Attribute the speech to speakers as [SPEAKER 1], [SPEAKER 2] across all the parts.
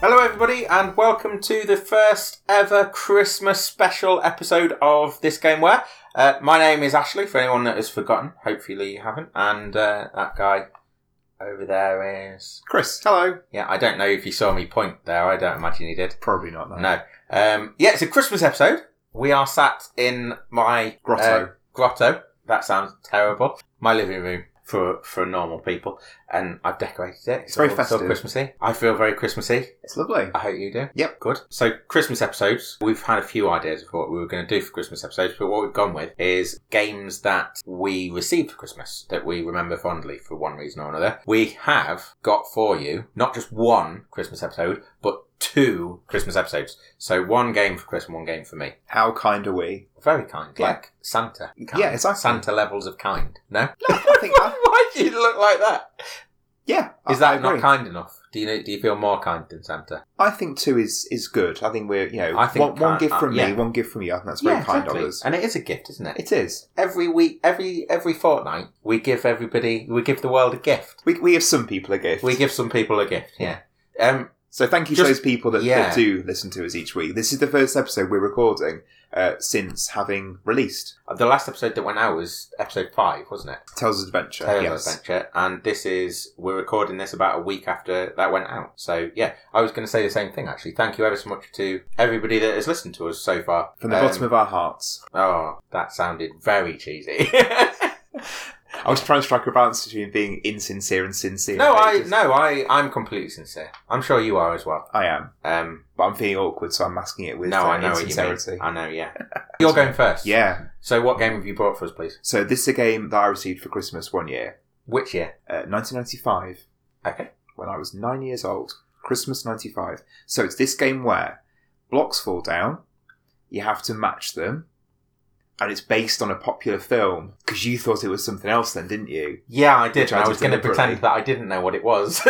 [SPEAKER 1] Hello, everybody, and welcome to the first ever Christmas special episode of This Game Where. Uh, my name is Ashley, for anyone that has forgotten. Hopefully, you haven't. And uh, that guy over there is.
[SPEAKER 2] Chris, hello.
[SPEAKER 1] Yeah, I don't know if he saw me point there. I don't imagine he did.
[SPEAKER 2] Probably not. No.
[SPEAKER 1] No. Um, yeah, it's a Christmas episode. We are sat in my
[SPEAKER 2] Grotto.
[SPEAKER 1] uh, grotto. That sounds terrible. My living room for for normal people, and I've decorated it.
[SPEAKER 2] It's very
[SPEAKER 1] all- it's all
[SPEAKER 2] festive.
[SPEAKER 1] Christmassy. I feel very Christmassy.
[SPEAKER 2] it's lovely.
[SPEAKER 1] I hope you do.
[SPEAKER 2] Yep.
[SPEAKER 1] Good. So Christmas episodes, we've had a few ideas of what we were going to do for Christmas episodes, but what we've gone with is games that we received for Christmas that we remember fondly for one reason or another. We have got for you not just one Christmas episode, but two Christmas episodes. So one game for Chris and one game for me.
[SPEAKER 2] How kind are we?
[SPEAKER 1] Very kind,
[SPEAKER 2] Yeah.
[SPEAKER 1] like Santa. Kind.
[SPEAKER 2] Yeah, exactly.
[SPEAKER 1] Santa levels of kind. No.
[SPEAKER 2] I think. I,
[SPEAKER 1] Why do you look like that?
[SPEAKER 2] yeah.
[SPEAKER 1] Is
[SPEAKER 2] I, I
[SPEAKER 1] that not
[SPEAKER 2] agree.
[SPEAKER 1] kind enough? Do you know, do you feel more kind than Santa?
[SPEAKER 2] I think two is is good. I think we're you know
[SPEAKER 1] I think
[SPEAKER 2] one, one
[SPEAKER 1] kind-
[SPEAKER 2] gift
[SPEAKER 1] uh,
[SPEAKER 2] from
[SPEAKER 1] yeah.
[SPEAKER 2] me, one gift from you. I think that's very kind of us.
[SPEAKER 1] And it is a gift, isn't it?
[SPEAKER 2] It is.
[SPEAKER 1] every week, every every fortnight, we give everybody, we give the world a gift.
[SPEAKER 2] We we give some people a gift.
[SPEAKER 1] We give some people a gift. Yeah. Um.
[SPEAKER 2] So thank you
[SPEAKER 1] Just-
[SPEAKER 2] to those people that,
[SPEAKER 1] yeah.
[SPEAKER 2] that do listen to us each week. This is the first episode we're recording uh, since having released
[SPEAKER 1] The last episode that went out was episode five, wasn't it?
[SPEAKER 2] Tales of Adventure.
[SPEAKER 1] Tales
[SPEAKER 2] Uh, yes.
[SPEAKER 1] of Adventure. And this is we're recording this about a week after that went out. So yeah, I was going to say the same thing actually. Thank you ever so much to everybody that has listened to us so far.
[SPEAKER 2] From the
[SPEAKER 1] Um,
[SPEAKER 2] bottom of our hearts.
[SPEAKER 1] Oh, that sounded very cheesy.
[SPEAKER 2] I was trying to strike a balance between being insincere and sincere.
[SPEAKER 1] no, I
[SPEAKER 2] Just-
[SPEAKER 1] no, I I'm completely sincere. I'm sure you are as well.
[SPEAKER 2] I am,
[SPEAKER 1] Um,
[SPEAKER 2] but I'm feeling awkward, so I'm masking it with
[SPEAKER 1] no,
[SPEAKER 2] uh,
[SPEAKER 1] I know what you
[SPEAKER 2] insincerity.
[SPEAKER 1] mean. I know, yeah. You're going first.
[SPEAKER 2] Yeah,
[SPEAKER 1] So, what game have you brought for us, please?
[SPEAKER 2] So this is a game that I received for Christmas one year,
[SPEAKER 1] Which year?
[SPEAKER 2] uh, 1995,
[SPEAKER 1] Okay.
[SPEAKER 2] when I was nine years old. Christmas 95. So it's this game where blocks fall down, you have to match them, and it's based on a popular film because you thought it was something else, then didn't you?
[SPEAKER 1] Yeah, I did.
[SPEAKER 2] Which I
[SPEAKER 1] I
[SPEAKER 2] did
[SPEAKER 1] was going to
[SPEAKER 2] deliberately.
[SPEAKER 1] pretend that I didn't know what it was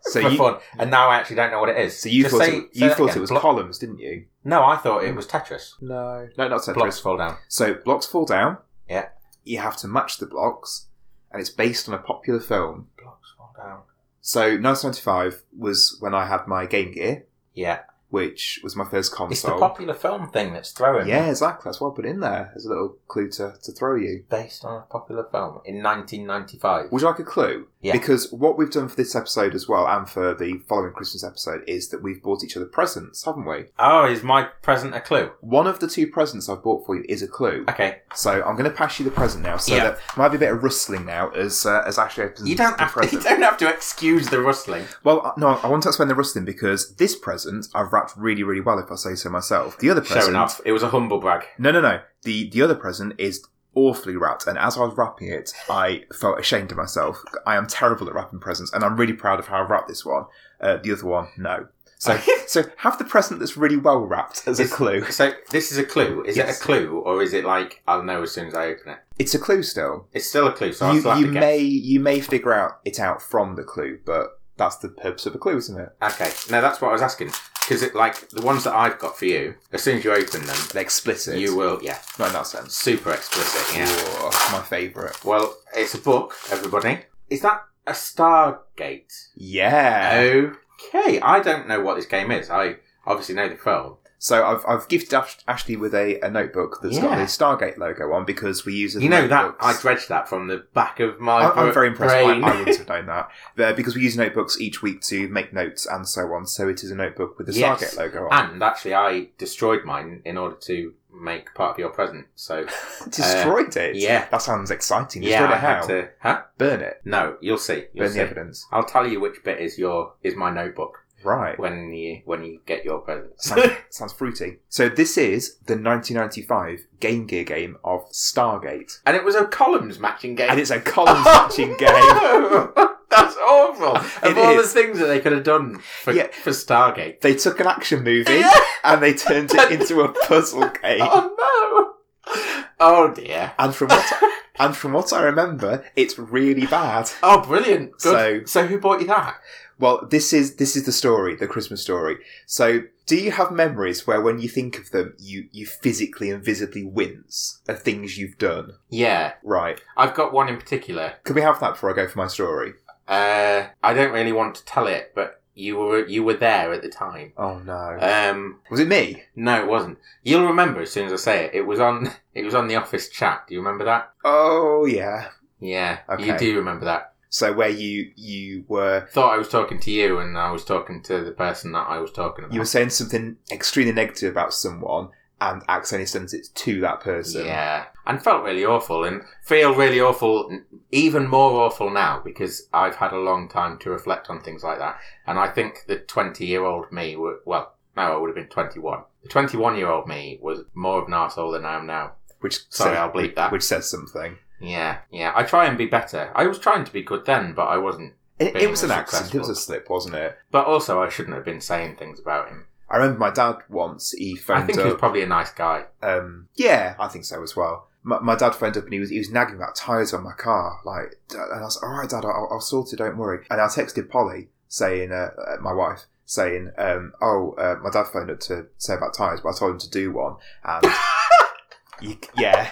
[SPEAKER 2] So
[SPEAKER 1] for
[SPEAKER 2] you-
[SPEAKER 1] fun, and now I actually don't know what it is.
[SPEAKER 2] So you
[SPEAKER 1] Just
[SPEAKER 2] thought
[SPEAKER 1] say-
[SPEAKER 2] it,
[SPEAKER 1] say
[SPEAKER 2] you
[SPEAKER 1] that
[SPEAKER 2] thought
[SPEAKER 1] again.
[SPEAKER 2] it was
[SPEAKER 1] Blo-
[SPEAKER 2] columns, didn't you?
[SPEAKER 1] no, I thought it was Tetris.
[SPEAKER 2] No, no, not Tetris.
[SPEAKER 1] Blocks fall down.
[SPEAKER 2] So blocks fall down.
[SPEAKER 1] Yeah.
[SPEAKER 2] You have to match the blocks, and it's based on a popular film.
[SPEAKER 1] Blocks fall down.
[SPEAKER 2] So 1995 was when I had my Game Gear.
[SPEAKER 1] Yeah,
[SPEAKER 2] which was my first console.
[SPEAKER 1] it's the popular film thing that's throwing. me.
[SPEAKER 2] yeah, exactly. That's what I put in there as a little clue to, to throw you.
[SPEAKER 1] based on a popular film in 1995.
[SPEAKER 2] Would you like a clue?
[SPEAKER 1] Yeah.
[SPEAKER 2] Because what we've done for this episode as well, and for the following Christmas episode, is that we've bought each other presents, haven't we?
[SPEAKER 1] Oh, is my present a clue?
[SPEAKER 2] One of the two presents I've bought for you is a clue.
[SPEAKER 1] Okay,
[SPEAKER 2] So I'm going to pass you the present now, so
[SPEAKER 1] Yeah.
[SPEAKER 2] that there might be a bit of rustling now as uh, as Ashley opens
[SPEAKER 1] you don't
[SPEAKER 2] the
[SPEAKER 1] have to.
[SPEAKER 2] present.
[SPEAKER 1] You don't have to excuse the rustling.
[SPEAKER 2] Well, I- no, I want to explain the rustling because this present I've wrapped really, really well, if I say so myself. The other present,
[SPEAKER 1] Show enough. It was a humble brag.
[SPEAKER 2] No, no, no. The the other present is awfully wrapped, and as I was wrapping it, I felt ashamed of myself. I am terrible at wrapping presents, and I'm really proud of how I wrapped this one. Uh, the other one, no. So, so have the present that's really well wrapped as a
[SPEAKER 1] It's-
[SPEAKER 2] clue.
[SPEAKER 1] So this is a clue. Is it
[SPEAKER 2] Yes.
[SPEAKER 1] a clue or is it like I'll know as soon as I open it?
[SPEAKER 2] It's a clue still.
[SPEAKER 1] It's still a clue, so I
[SPEAKER 2] you
[SPEAKER 1] still have
[SPEAKER 2] you
[SPEAKER 1] to guess.
[SPEAKER 2] may you may figure out it out from the clue, but that's the purpose of a clue, isn't it?
[SPEAKER 1] Okay, no, that's what I was asking because it like the ones that I've got for you. As soon as you open them,
[SPEAKER 2] They're explicit.
[SPEAKER 1] you will. Yeah,
[SPEAKER 2] not in that sense.
[SPEAKER 1] super explicit. Yeah.
[SPEAKER 2] Whoa, my favourite.
[SPEAKER 1] Well, it's a book. Everybody, is that a Stargate?
[SPEAKER 2] Yeah.
[SPEAKER 1] Okay, I don't know what this game is. I obviously know the film.
[SPEAKER 2] So I've, I've gifted Ash- Ashley with a, a notebook that's got
[SPEAKER 1] Yeah.
[SPEAKER 2] the Stargate logo on because we use it.
[SPEAKER 1] You
[SPEAKER 2] in
[SPEAKER 1] know that I
[SPEAKER 2] notebooks.
[SPEAKER 1] dredged that from the back of my.
[SPEAKER 2] I- I'm
[SPEAKER 1] br-
[SPEAKER 2] very impressed. I,
[SPEAKER 1] brain.
[SPEAKER 2] I wouldn't have known that. But because we use notebooks each week to make notes and so on, so it is a notebook with the
[SPEAKER 1] Yes.
[SPEAKER 2] Stargate logo on.
[SPEAKER 1] and actually, I destroyed mine in order to make part of your present. So
[SPEAKER 2] Destroyed it.
[SPEAKER 1] yeah.
[SPEAKER 2] That sounds exciting.
[SPEAKER 1] yeah,
[SPEAKER 2] Destroyed
[SPEAKER 1] I
[SPEAKER 2] it how?
[SPEAKER 1] had to. Huh?
[SPEAKER 2] Burn it.
[SPEAKER 1] No, you'll see. You'll
[SPEAKER 2] Burn
[SPEAKER 1] see.
[SPEAKER 2] the evidence.
[SPEAKER 1] I'll tell you which bit is your is my notebook
[SPEAKER 2] Right.
[SPEAKER 1] when you when you get your presents.
[SPEAKER 2] sounds, sounds fruity. So this is the 1995 Game Gear game of Stargate.
[SPEAKER 1] and it was a columns matching game.
[SPEAKER 2] And it's a column matching game.
[SPEAKER 1] game. That's awful. of
[SPEAKER 2] It
[SPEAKER 1] all
[SPEAKER 2] is.
[SPEAKER 1] the things that they could have done for,
[SPEAKER 2] Yeah.
[SPEAKER 1] for Stargate.
[SPEAKER 2] They took an action movie and they turned it into a puzzle game.
[SPEAKER 1] Oh no. Oh dear.
[SPEAKER 2] And from what and from what I remember, it's really bad.
[SPEAKER 1] Oh brilliant. Good. So,
[SPEAKER 2] So-
[SPEAKER 1] who bought you that?
[SPEAKER 2] Well, this is this is the story, the Christmas story. So, do you have memories where, when you think of them, you you physically and visibly wince at things you've done?
[SPEAKER 1] Yeah.
[SPEAKER 2] Right?
[SPEAKER 1] I've got one in particular.
[SPEAKER 2] Can we have that before I go for my story?
[SPEAKER 1] Uh I don't really want to tell it, but You were you were there at the time.
[SPEAKER 2] Oh no.
[SPEAKER 1] Um,
[SPEAKER 2] was it me?
[SPEAKER 1] no, it wasn't. You'll remember as soon as I say it. It was on it was on the office chat. Do you remember that?
[SPEAKER 2] Oh yeah.
[SPEAKER 1] Yeah, you
[SPEAKER 2] Okay.
[SPEAKER 1] do remember that.
[SPEAKER 2] So where you you were
[SPEAKER 1] I thought I was talking to you, and I was talking to the person that I was talking about.
[SPEAKER 2] you were saying something extremely negative about someone and accidentally sends it to that person.
[SPEAKER 1] Yeah, and felt really awful, and feel really awful, even more awful now because I've had a long time to reflect on things like that. And I think the twenty-year-old me, were, well, no, I would have been twenty-one. The twenty-one-year-old me was more of an arsehole than I am now.
[SPEAKER 2] Which
[SPEAKER 1] Sorry,
[SPEAKER 2] says,
[SPEAKER 1] I'll bleep that.
[SPEAKER 2] Which says something.
[SPEAKER 1] Yeah, yeah. I try and be better. I was trying to be good then, but I wasn't.
[SPEAKER 2] It, it
[SPEAKER 1] Being
[SPEAKER 2] was an accident. It was
[SPEAKER 1] successful.
[SPEAKER 2] a slip, wasn't it?
[SPEAKER 1] But also, I shouldn't have been saying things about him.
[SPEAKER 2] I remember my dad once. He phoned
[SPEAKER 1] I think
[SPEAKER 2] up.
[SPEAKER 1] he was probably a nice guy.
[SPEAKER 2] Um, yeah, I think so as well. My, my dad phoned up and he was he was nagging about tyres on my car, like, "Dad," and I was all right, Dad, I'll, I'll sort it, don't worry. And I texted Polly saying, uh, uh, my wife saying, um, oh, uh, my dad phoned up to say about tyres, but I told him to do one, and you, yeah,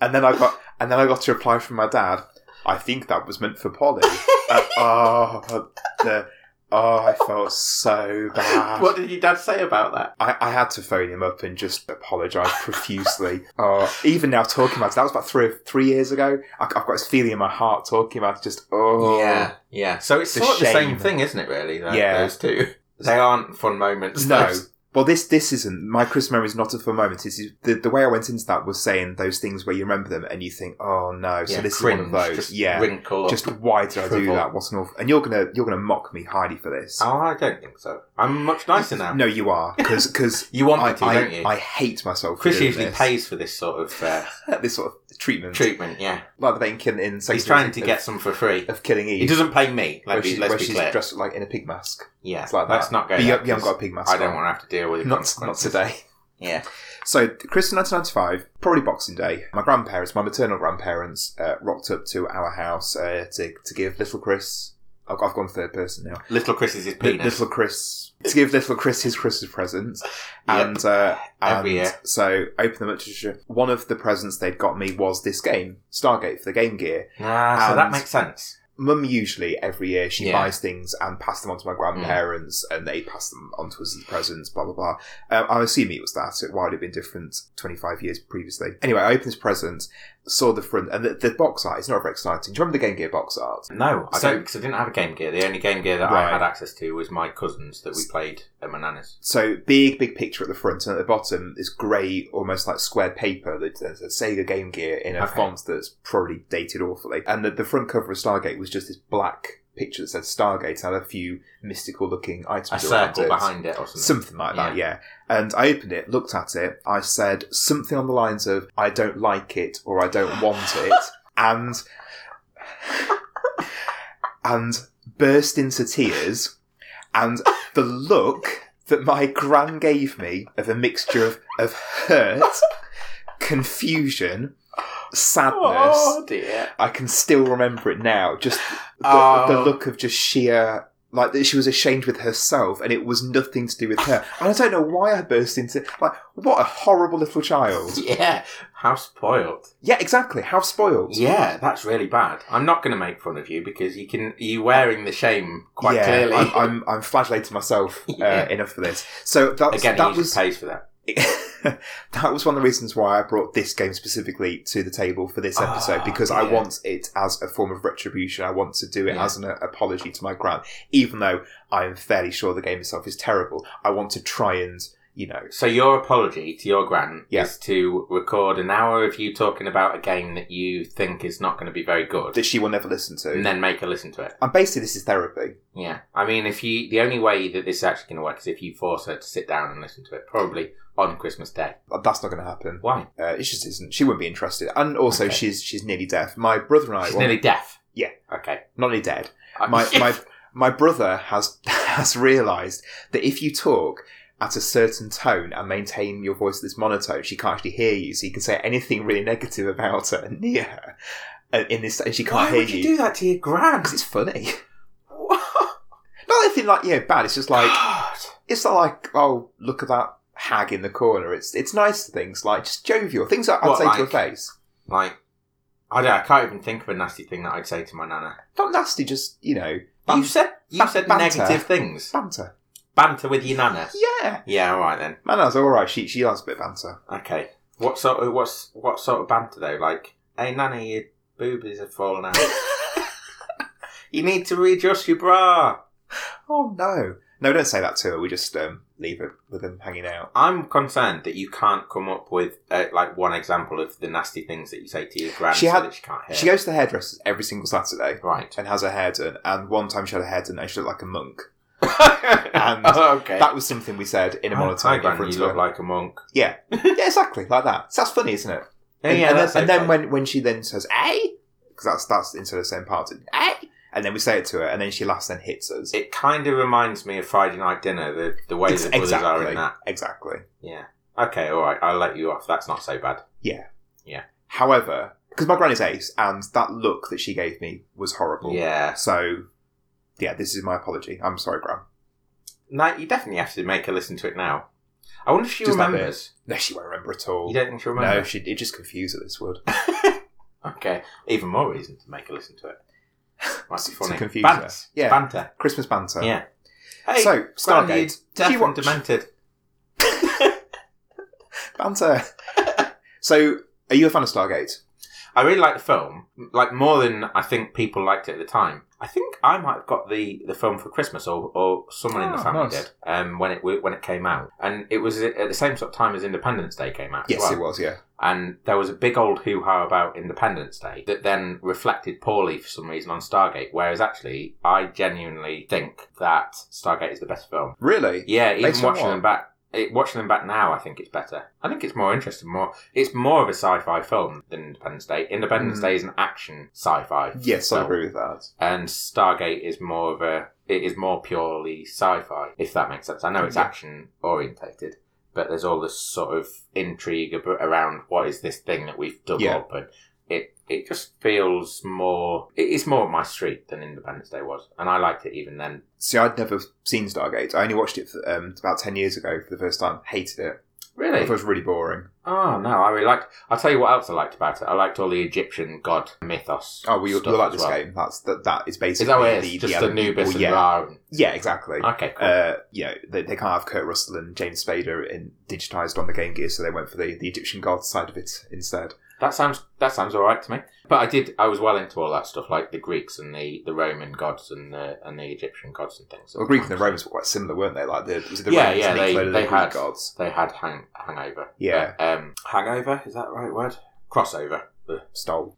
[SPEAKER 2] and then I got and then I got a reply from my dad. I think that was meant for Polly. Uh, oh, the, oh, I felt so bad.
[SPEAKER 1] What did your dad say about that?
[SPEAKER 2] I, I had to phone him up and just apologise profusely. Uh, even now, talking about it, that was about three three years ago. I, I've got this feeling in my heart talking about it, just oh
[SPEAKER 1] yeah, yeah. So it's
[SPEAKER 2] The
[SPEAKER 1] sort of the same
[SPEAKER 2] shame.
[SPEAKER 1] thing, isn't it? Really, tho-
[SPEAKER 2] Yeah.
[SPEAKER 1] those two. They aren't fun moments.
[SPEAKER 2] no.
[SPEAKER 1] those.
[SPEAKER 2] Well, this this isn't my Christmas memory is not a fun moment. This is the, the way I went into that was saying those things where you remember them and you think, oh no. So
[SPEAKER 1] Yeah,
[SPEAKER 2] this
[SPEAKER 1] cringe,
[SPEAKER 2] is one of those.
[SPEAKER 1] Just
[SPEAKER 2] yeah,
[SPEAKER 1] wrinkle. up.
[SPEAKER 2] just why did I do
[SPEAKER 1] shrivel.
[SPEAKER 2] that? What's an awful? And you're gonna you're gonna mock me highly for this.
[SPEAKER 1] Oh, I don't think so. I'm much nicer now.
[SPEAKER 2] No, you are because because.
[SPEAKER 1] You want me
[SPEAKER 2] I,
[SPEAKER 1] to,
[SPEAKER 2] I,
[SPEAKER 1] don't you?
[SPEAKER 2] I hate myself. for
[SPEAKER 1] Chris
[SPEAKER 2] doing
[SPEAKER 1] usually
[SPEAKER 2] this.
[SPEAKER 1] pays for this sort of uh,
[SPEAKER 2] this sort of treatment.
[SPEAKER 1] treatment. Yeah,
[SPEAKER 2] like the Vatican in Second
[SPEAKER 1] he's trying to
[SPEAKER 2] City of-
[SPEAKER 1] get some for free.
[SPEAKER 2] of killing Eve.
[SPEAKER 1] He doesn't pay me.
[SPEAKER 2] where
[SPEAKER 1] Let me,
[SPEAKER 2] she's,
[SPEAKER 1] let's
[SPEAKER 2] where
[SPEAKER 1] be
[SPEAKER 2] she's
[SPEAKER 1] clear.
[SPEAKER 2] dressed like in a pig mask.
[SPEAKER 1] yeah,
[SPEAKER 2] It's like that.
[SPEAKER 1] let's not go.
[SPEAKER 2] But you,
[SPEAKER 1] there,
[SPEAKER 2] you haven't got a
[SPEAKER 1] because
[SPEAKER 2] pig mask.
[SPEAKER 1] I don't
[SPEAKER 2] on.
[SPEAKER 1] want to have to deal with the
[SPEAKER 2] Not, not
[SPEAKER 1] consequences.
[SPEAKER 2] today.
[SPEAKER 1] Yeah,
[SPEAKER 2] So, Christmas 1995, probably Boxing Day. My grandparents, my maternal grandparents, uh, rocked up to our house uh, to to give little Chris. I've, I've gone third person now.
[SPEAKER 1] little Chris is his
[SPEAKER 2] Li-
[SPEAKER 1] penis.
[SPEAKER 2] Little Chris to give little Chris his Christmas presents, and uh, and
[SPEAKER 1] Every year.
[SPEAKER 2] so open them up to one of the presents they'd got me was this game Stargate for the Game Gear.
[SPEAKER 1] Ah, so that
[SPEAKER 2] and-
[SPEAKER 1] makes sense.
[SPEAKER 2] Mum usually every year she
[SPEAKER 1] Yeah. Hmm.
[SPEAKER 2] buys things and pass them on to my grandparents, and they pass them on to us as presents. Blah blah blah. Um, I'm assuming it was that. It would have been different 25 years previously. Anyway, I opened this present, saw the front, and the, the box art is not very exciting. Do you remember the Game Gear box art?
[SPEAKER 1] No, I
[SPEAKER 2] So-
[SPEAKER 1] don't because I didn't have a Game Gear. The only Game Gear that I
[SPEAKER 2] Right.
[SPEAKER 1] had access to was my cousins that we played at my nana's.
[SPEAKER 2] So big, big picture at the front, and at the bottom is grey, almost like squared paper that says Sega Game Gear in a
[SPEAKER 1] Okay.
[SPEAKER 2] font that's probably dated awfully. And the, the front cover of Stargate was just this black picture that said Stargate and had a few mystical-looking items
[SPEAKER 1] A
[SPEAKER 2] around
[SPEAKER 1] circle
[SPEAKER 2] it.
[SPEAKER 1] behind it or something.
[SPEAKER 2] Something like that, yeah. And I opened it, looked at it, I said something on the lines of, I don't like it or I don't want it, and and burst into tears. And the look that my gran gave me of a mixture of, of hurt, confusion, sadness.
[SPEAKER 1] Oh dear.
[SPEAKER 2] I can still remember it now. Just the,
[SPEAKER 1] Oh.
[SPEAKER 2] the look of just sheer like that she was ashamed with herself, and it was nothing to do with her. And I don't know why I burst into like what a horrible little child.
[SPEAKER 1] Yeah, how spoiled.
[SPEAKER 2] Yeah, exactly. How spoiled.
[SPEAKER 1] Yeah, that's really bad. I'm not going to make fun of you because you can. You're wearing the shame quite
[SPEAKER 2] Yeah,
[SPEAKER 1] clearly.
[SPEAKER 2] I'm, I'm, I'm flagellating myself.
[SPEAKER 1] Yeah.
[SPEAKER 2] Uh, enough for this. So that was,
[SPEAKER 1] Again, he
[SPEAKER 2] that
[SPEAKER 1] just
[SPEAKER 2] was
[SPEAKER 1] pays for that.
[SPEAKER 2] that was one of the reasons why I brought this game specifically to the table for this
[SPEAKER 1] Ah,
[SPEAKER 2] episode because I
[SPEAKER 1] yeah.
[SPEAKER 2] want it as a form of retribution. I want to do it
[SPEAKER 1] Yeah.
[SPEAKER 2] as an uh, apology to my gran, even though I'm fairly sure the game itself is terrible. I want to try and you know,
[SPEAKER 1] So your apology to your gran
[SPEAKER 2] Yeah.
[SPEAKER 1] is to record an hour of you talking about a game that you think is not going to be very good,
[SPEAKER 2] that she will never listen to.
[SPEAKER 1] and then make her listen to it.
[SPEAKER 2] And basically, this is therapy.
[SPEAKER 1] Yeah, I mean, if you the only way that this is actually going to work is if you force her to sit down and listen to it, probably on Christmas Day.
[SPEAKER 2] That's not going to happen.
[SPEAKER 1] Why?
[SPEAKER 2] Uh, it just isn't. She wouldn't be interested. And also,
[SPEAKER 1] Okay.
[SPEAKER 2] she's she's nearly deaf. My brother and I,
[SPEAKER 1] She's
[SPEAKER 2] well,
[SPEAKER 1] nearly deaf.
[SPEAKER 2] Yeah.
[SPEAKER 1] Okay.
[SPEAKER 2] not nearly dead. my my my brother has has realised that if you talk at a certain tone and maintain your voice at this monotone, she can't actually hear you. So you can say anything really negative about her near her uh, in this, and she can't
[SPEAKER 1] Why
[SPEAKER 2] hear
[SPEAKER 1] would you do that to your gran?
[SPEAKER 2] because it's funny. Not anything like yeah bad. It's just like
[SPEAKER 1] God.
[SPEAKER 2] it's not like oh look at that hag in the corner. It's it's nice things like just jovial things that I'd
[SPEAKER 1] What,
[SPEAKER 2] say to your
[SPEAKER 1] like-
[SPEAKER 2] face.
[SPEAKER 1] Like, I don't. I can't even think of a nasty thing that I'd say to my nana.
[SPEAKER 2] Not nasty, just you know Ban-
[SPEAKER 1] you said you
[SPEAKER 2] ban-
[SPEAKER 1] said
[SPEAKER 2] banter.
[SPEAKER 1] negative things.
[SPEAKER 2] Banter.
[SPEAKER 1] Banter with your nana.
[SPEAKER 2] Yeah.
[SPEAKER 1] Yeah, all right then.
[SPEAKER 2] Man, that's all right. She she loves a bit of banter.
[SPEAKER 1] Okay. What sort of what's what sort of banter though? Like, hey nanny, your boobies have fallen out. you need to readjust your bra.
[SPEAKER 2] Oh no. No, don't say that to her. We just um, leave it with them hanging out.
[SPEAKER 1] I'm concerned that you can't come up with uh, like one example of the nasty things that you say to your gran
[SPEAKER 2] She
[SPEAKER 1] so
[SPEAKER 2] had-
[SPEAKER 1] that she can't hear.
[SPEAKER 2] She goes to the hairdressers every single Saturday
[SPEAKER 1] right.
[SPEAKER 2] and has her hair done. And one time she had her hair done and she looked like a monk. And
[SPEAKER 1] Oh, okay.
[SPEAKER 2] That was something we said in a
[SPEAKER 1] Hi,
[SPEAKER 2] monotone.
[SPEAKER 1] gran,
[SPEAKER 2] reference
[SPEAKER 1] you
[SPEAKER 2] to
[SPEAKER 1] look
[SPEAKER 2] her.
[SPEAKER 1] like a monk.
[SPEAKER 2] yeah, exactly, like that. So that's funny, isn't it?
[SPEAKER 1] Yeah,
[SPEAKER 2] and,
[SPEAKER 1] yeah,
[SPEAKER 2] and,
[SPEAKER 1] that's
[SPEAKER 2] then, and
[SPEAKER 1] okay.
[SPEAKER 2] then when, when she then says "eh," because that's that's instead of saying part, "eh," and then we say it to her, and then she laughs and hits us.
[SPEAKER 1] it kind of reminds me of Friday night dinner, the the way
[SPEAKER 2] Ex-
[SPEAKER 1] the brothers are in that.
[SPEAKER 2] Exactly.
[SPEAKER 1] Yeah. Okay, all right. I'll let you off. That's not so bad.
[SPEAKER 2] However, because my granny's ace, and that look that she gave me was horrible.
[SPEAKER 1] Yeah.
[SPEAKER 2] So, yeah, this is my apology. I'm sorry, Gran.
[SPEAKER 1] No, you definitely have to make her listen to it now. I wonder if she
[SPEAKER 2] Just that
[SPEAKER 1] remembers.
[SPEAKER 2] No, she won't remember at all.
[SPEAKER 1] You don't think she'll
[SPEAKER 2] no,
[SPEAKER 1] remember?
[SPEAKER 2] she it just confused her. This word.
[SPEAKER 1] Okay. Even more reason to make her listen to it. Might be
[SPEAKER 2] To
[SPEAKER 1] funny.
[SPEAKER 2] confuse
[SPEAKER 1] Banter.
[SPEAKER 2] her. Yeah.
[SPEAKER 1] Banter.
[SPEAKER 2] Christmas banter.
[SPEAKER 1] Yeah. Hey,
[SPEAKER 2] so,
[SPEAKER 1] Gran, you
[SPEAKER 2] Stargate.
[SPEAKER 1] deaf
[SPEAKER 2] you
[SPEAKER 1] and
[SPEAKER 2] watch-
[SPEAKER 1] demented.
[SPEAKER 2] Banter. so, are you a fan of Stargate?
[SPEAKER 1] I really like the film, like more than I think people liked it at the time. I think I might have got the, the film for Christmas, or, or someone in the
[SPEAKER 2] Ah,
[SPEAKER 1] family
[SPEAKER 2] nice.
[SPEAKER 1] did um, when it when it came out, and it was at the same sort of time as Independence Day came out. as
[SPEAKER 2] Yes,
[SPEAKER 1] well.
[SPEAKER 2] it was. Yeah.
[SPEAKER 1] and there was a big old hoo ha about Independence Day that then reflected poorly for some reason on Stargate. Whereas actually, I genuinely think that Stargate is the best film.
[SPEAKER 2] Really?
[SPEAKER 1] Yeah, even
[SPEAKER 2] Based on
[SPEAKER 1] watching
[SPEAKER 2] what?
[SPEAKER 1] them back. It, watching them back now, I think it's better. I think it's more interesting. More, it's more of a sci-fi film than Independence Day. Independence
[SPEAKER 2] Mm.
[SPEAKER 1] Day is an action sci-fi,
[SPEAKER 2] Yes, I
[SPEAKER 1] So-
[SPEAKER 2] agree with that.
[SPEAKER 1] and Stargate is more of a. It is more purely sci-fi, if that makes sense. I know it's
[SPEAKER 2] Yeah.
[SPEAKER 1] action orientated, but there's all this sort of intrigue ab- around what is this thing that we've dug
[SPEAKER 2] Yeah.
[SPEAKER 1] up, and it it just feels more. It is more up my street than Independence Day was, and I liked it even then.
[SPEAKER 2] See, I'd never seen Stargate. I only watched it um, about ten years ago for the first time. Hated it. I
[SPEAKER 1] Really?
[SPEAKER 2] thought it was really boring.
[SPEAKER 1] Oh no, I really liked. I'll tell you what else I liked about it. I liked all the Egyptian god mythos.
[SPEAKER 2] Oh, well, you,
[SPEAKER 1] stuff
[SPEAKER 2] you like
[SPEAKER 1] as
[SPEAKER 2] this
[SPEAKER 1] well.
[SPEAKER 2] game. That's that. That is
[SPEAKER 1] Is
[SPEAKER 2] basically
[SPEAKER 1] that what it is?
[SPEAKER 2] the,
[SPEAKER 1] Just
[SPEAKER 2] the
[SPEAKER 1] Anubis
[SPEAKER 2] well,
[SPEAKER 1] and
[SPEAKER 2] yeah,
[SPEAKER 1] Ra. and-
[SPEAKER 2] yeah, exactly.
[SPEAKER 1] Okay, cool.
[SPEAKER 2] Uh, you know, they, they can't have Kurt Russell and James Spader in digitized on the Game Gear, so they went for the, the Egyptian god side of it instead.
[SPEAKER 1] That sounds that sounds all right to me. But I did I was well into all that stuff, like the Greeks and the, the Roman gods and the and the Egyptian gods and things.
[SPEAKER 2] So the Greek and the Romans were quite similar, weren't they? Like the was it the
[SPEAKER 1] Yeah,
[SPEAKER 2] Romans
[SPEAKER 1] yeah,
[SPEAKER 2] and
[SPEAKER 1] they-
[SPEAKER 2] Nicolo, the
[SPEAKER 1] they
[SPEAKER 2] Greek
[SPEAKER 1] had-
[SPEAKER 2] gods.
[SPEAKER 1] They had hang hangover.
[SPEAKER 2] Yeah.
[SPEAKER 1] Um, hangover is that the right word? Crossover. Ugh.
[SPEAKER 2] Stole.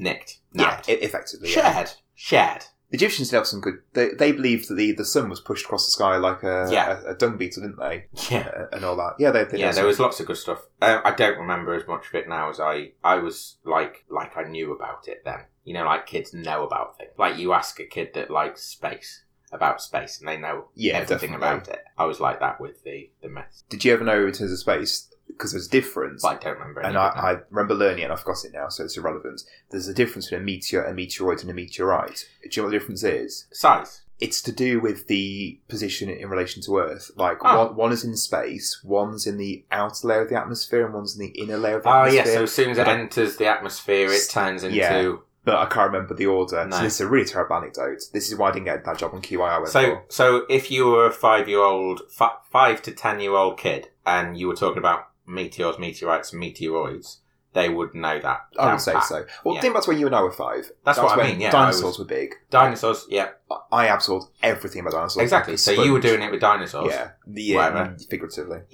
[SPEAKER 1] Nicked.
[SPEAKER 2] Yeah,
[SPEAKER 1] Nabbed.
[SPEAKER 2] e- effectively. Yeah.
[SPEAKER 1] Shared. Shared.
[SPEAKER 2] The Egyptians did have some good. They, they believed that the, the sun was pushed across the sky like a
[SPEAKER 1] Yeah.
[SPEAKER 2] a, a dung beetle, didn't they?
[SPEAKER 1] Yeah.
[SPEAKER 2] Uh, and all that. Yeah, they, they
[SPEAKER 1] Yeah,
[SPEAKER 2] did
[SPEAKER 1] there was lots of good stuff. Um, I don't remember as much of it now as I I was like like I knew about it then. You know, like kids know about things. Like you ask a kid that likes space about space, and they know
[SPEAKER 2] yeah,
[SPEAKER 1] everything
[SPEAKER 2] definitely.
[SPEAKER 1] about it. I was like that with the the myths,
[SPEAKER 2] Did you ever know in terms of space because there's a difference?
[SPEAKER 1] but I don't remember. any
[SPEAKER 2] and I,
[SPEAKER 1] of it now.
[SPEAKER 2] I remember learning, it and I've got it now, so it's irrelevant. There's a difference between a meteor, a meteoroid, and a meteorite. Do you know what the difference is?
[SPEAKER 1] size.
[SPEAKER 2] It's to do with the position in relation to Earth. Like
[SPEAKER 1] Ah.
[SPEAKER 2] one, one is in space, one's in the outer layer of the atmosphere, and one's in the inner layer of the
[SPEAKER 1] Oh yeah,
[SPEAKER 2] atmosphere.
[SPEAKER 1] so as soon as it
[SPEAKER 2] But I-
[SPEAKER 1] enters the atmosphere, it turns into.
[SPEAKER 2] Yeah. But I can't remember the order.
[SPEAKER 1] No.
[SPEAKER 2] So this is a really terrible anecdote. This is why I didn't get that job on QI. I went
[SPEAKER 1] So
[SPEAKER 2] for.
[SPEAKER 1] so if you were a five year old, fi- five to ten year old kid, and you were talking about meteors, meteorites, and meteoroids, they would know that.
[SPEAKER 2] I
[SPEAKER 1] down
[SPEAKER 2] would say
[SPEAKER 1] pat.
[SPEAKER 2] so. Well,
[SPEAKER 1] Yeah.
[SPEAKER 2] think that's when you and I were five.
[SPEAKER 1] That's what I
[SPEAKER 2] when
[SPEAKER 1] mean. Yeah, I was-
[SPEAKER 2] dinosaurs were big.
[SPEAKER 1] dinosaurs. Yeah,
[SPEAKER 2] I absorbed everything about dinosaurs.
[SPEAKER 1] exactly.
[SPEAKER 2] Like a
[SPEAKER 1] So you were
[SPEAKER 2] sponge.
[SPEAKER 1] doing it with dinosaurs.
[SPEAKER 2] yeah, yeah,
[SPEAKER 1] Whatever.
[SPEAKER 2] figuratively.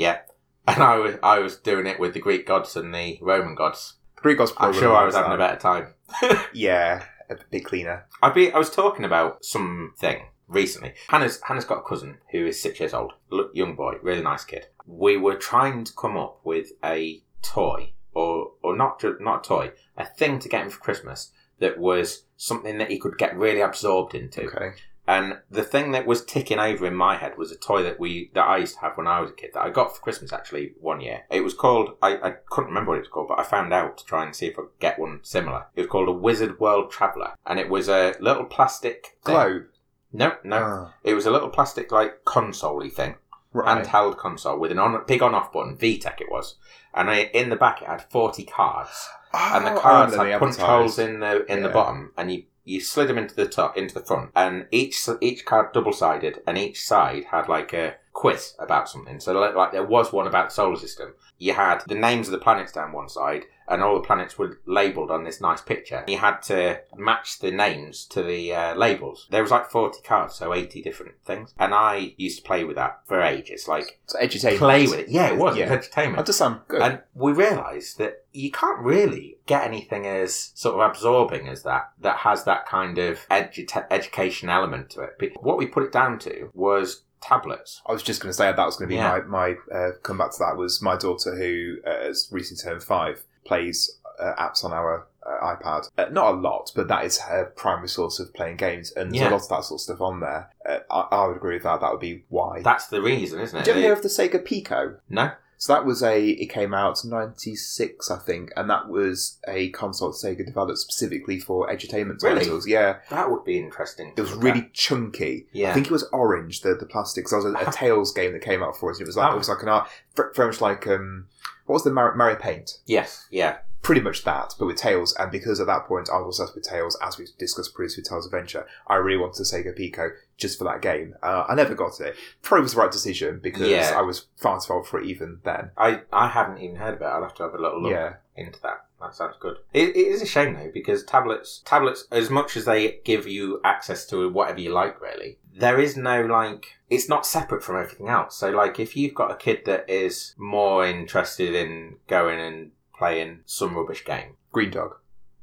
[SPEAKER 1] And I was, I was doing it with the Greek gods and the Roman gods.
[SPEAKER 2] Greek gods.
[SPEAKER 1] I'm
[SPEAKER 2] probably
[SPEAKER 1] sure I was having
[SPEAKER 2] wouldn't
[SPEAKER 1] a better time.
[SPEAKER 2] like that. Yeah, a bit cleaner.
[SPEAKER 1] I be I was talking about something recently. Hannah's Hannah's got a cousin who is six years old, look, young boy, really nice kid. We were trying to come up with a toy, or or not ju- not a toy, a thing to get him for Christmas that was something that he could get really absorbed into.
[SPEAKER 2] Okay.
[SPEAKER 1] And the thing that was ticking over in my head was a toy that we that I used to have when I was a kid that I got for Christmas actually one year. It was called I, I couldn't remember what it was called, but I found out to try and see if I could get one similar. It was called a Wizard World Traveller, and it was a little plastic thing.
[SPEAKER 2] Globe.
[SPEAKER 1] No, no,
[SPEAKER 2] Ah,
[SPEAKER 1] it was a little plastic like console-y thing,
[SPEAKER 2] right.
[SPEAKER 1] handheld console with an on big on-off button. VTech it was, and I, in the back it had forty cards
[SPEAKER 2] Oh,
[SPEAKER 1] and
[SPEAKER 2] I
[SPEAKER 1] the cards
[SPEAKER 2] remember
[SPEAKER 1] had
[SPEAKER 2] the
[SPEAKER 1] punch
[SPEAKER 2] advertised.
[SPEAKER 1] holes in the in the
[SPEAKER 2] Yeah.
[SPEAKER 1] bottom, and you you slid them into the top, into the front, and each each card double sided, and each side had like a quiz about something. So like, like there was one about the solar system. You had the names of the planets down one side, and all the planets were labelled on this nice picture. You had to match the names to the uh, labels. There was like forty cards, so eighty different things, and I used to play with that for ages. Like
[SPEAKER 3] It's edutainment.
[SPEAKER 1] play with it, yeah, it was, it
[SPEAKER 2] Yeah.
[SPEAKER 1] was entertainment.
[SPEAKER 2] That does sound good.
[SPEAKER 1] And we realised that you can't really get anything as sort of absorbing as that, that has that kind of edu- education element to it. But what we put it down to was tablets.
[SPEAKER 2] I was just going to say that was going to be
[SPEAKER 1] Yeah.
[SPEAKER 2] my my uh, comeback to that was my daughter who uh, has recently turned five plays uh, apps on our uh, iPad. Uh, not a lot, but that is her primary source of playing games, and there's
[SPEAKER 1] Yeah.
[SPEAKER 2] a lot of that sort of stuff on there. Uh, I, I would agree with that. That would be why.
[SPEAKER 1] That's the reason, isn't it?
[SPEAKER 2] Did you ever
[SPEAKER 1] They-
[SPEAKER 2] hear of the Sega Pico?
[SPEAKER 1] no?
[SPEAKER 2] So that was a. It came out ninety six, I think, and that was a console Sega developed specifically for edutainment
[SPEAKER 1] Really?
[SPEAKER 2] titles. Yeah,
[SPEAKER 1] That would be interesting.
[SPEAKER 2] it was really chunky.
[SPEAKER 1] Yeah.
[SPEAKER 2] I think it was orange, the the plastic. 'cause that was a, a Tails game that came out for us, and it was like
[SPEAKER 1] Oh.
[SPEAKER 2] it was like an art, ver- very much like um, what was the Mar- Mario Paint?
[SPEAKER 1] yes, yeah.
[SPEAKER 2] Pretty much that, but with Tails. And because at that point I was obsessed with Tails, as we discussed previously with Tails Adventure, I really wanted a Sega Pico just for that game. Uh, I never got it. Probably was the right decision because
[SPEAKER 1] Yeah.
[SPEAKER 2] I was far too old for it even then.
[SPEAKER 1] I, I hadn't even heard about it. I'll have to have a little look.
[SPEAKER 2] Yeah,
[SPEAKER 1] into that. That sounds good. It, it is a shame though because tablets, tablets, as much as they give you access to whatever you like, really, there is no like. It's not separate from everything else. So like, if you've got a kid that is more interested in going and playing some rubbish game,
[SPEAKER 2] Green Dog.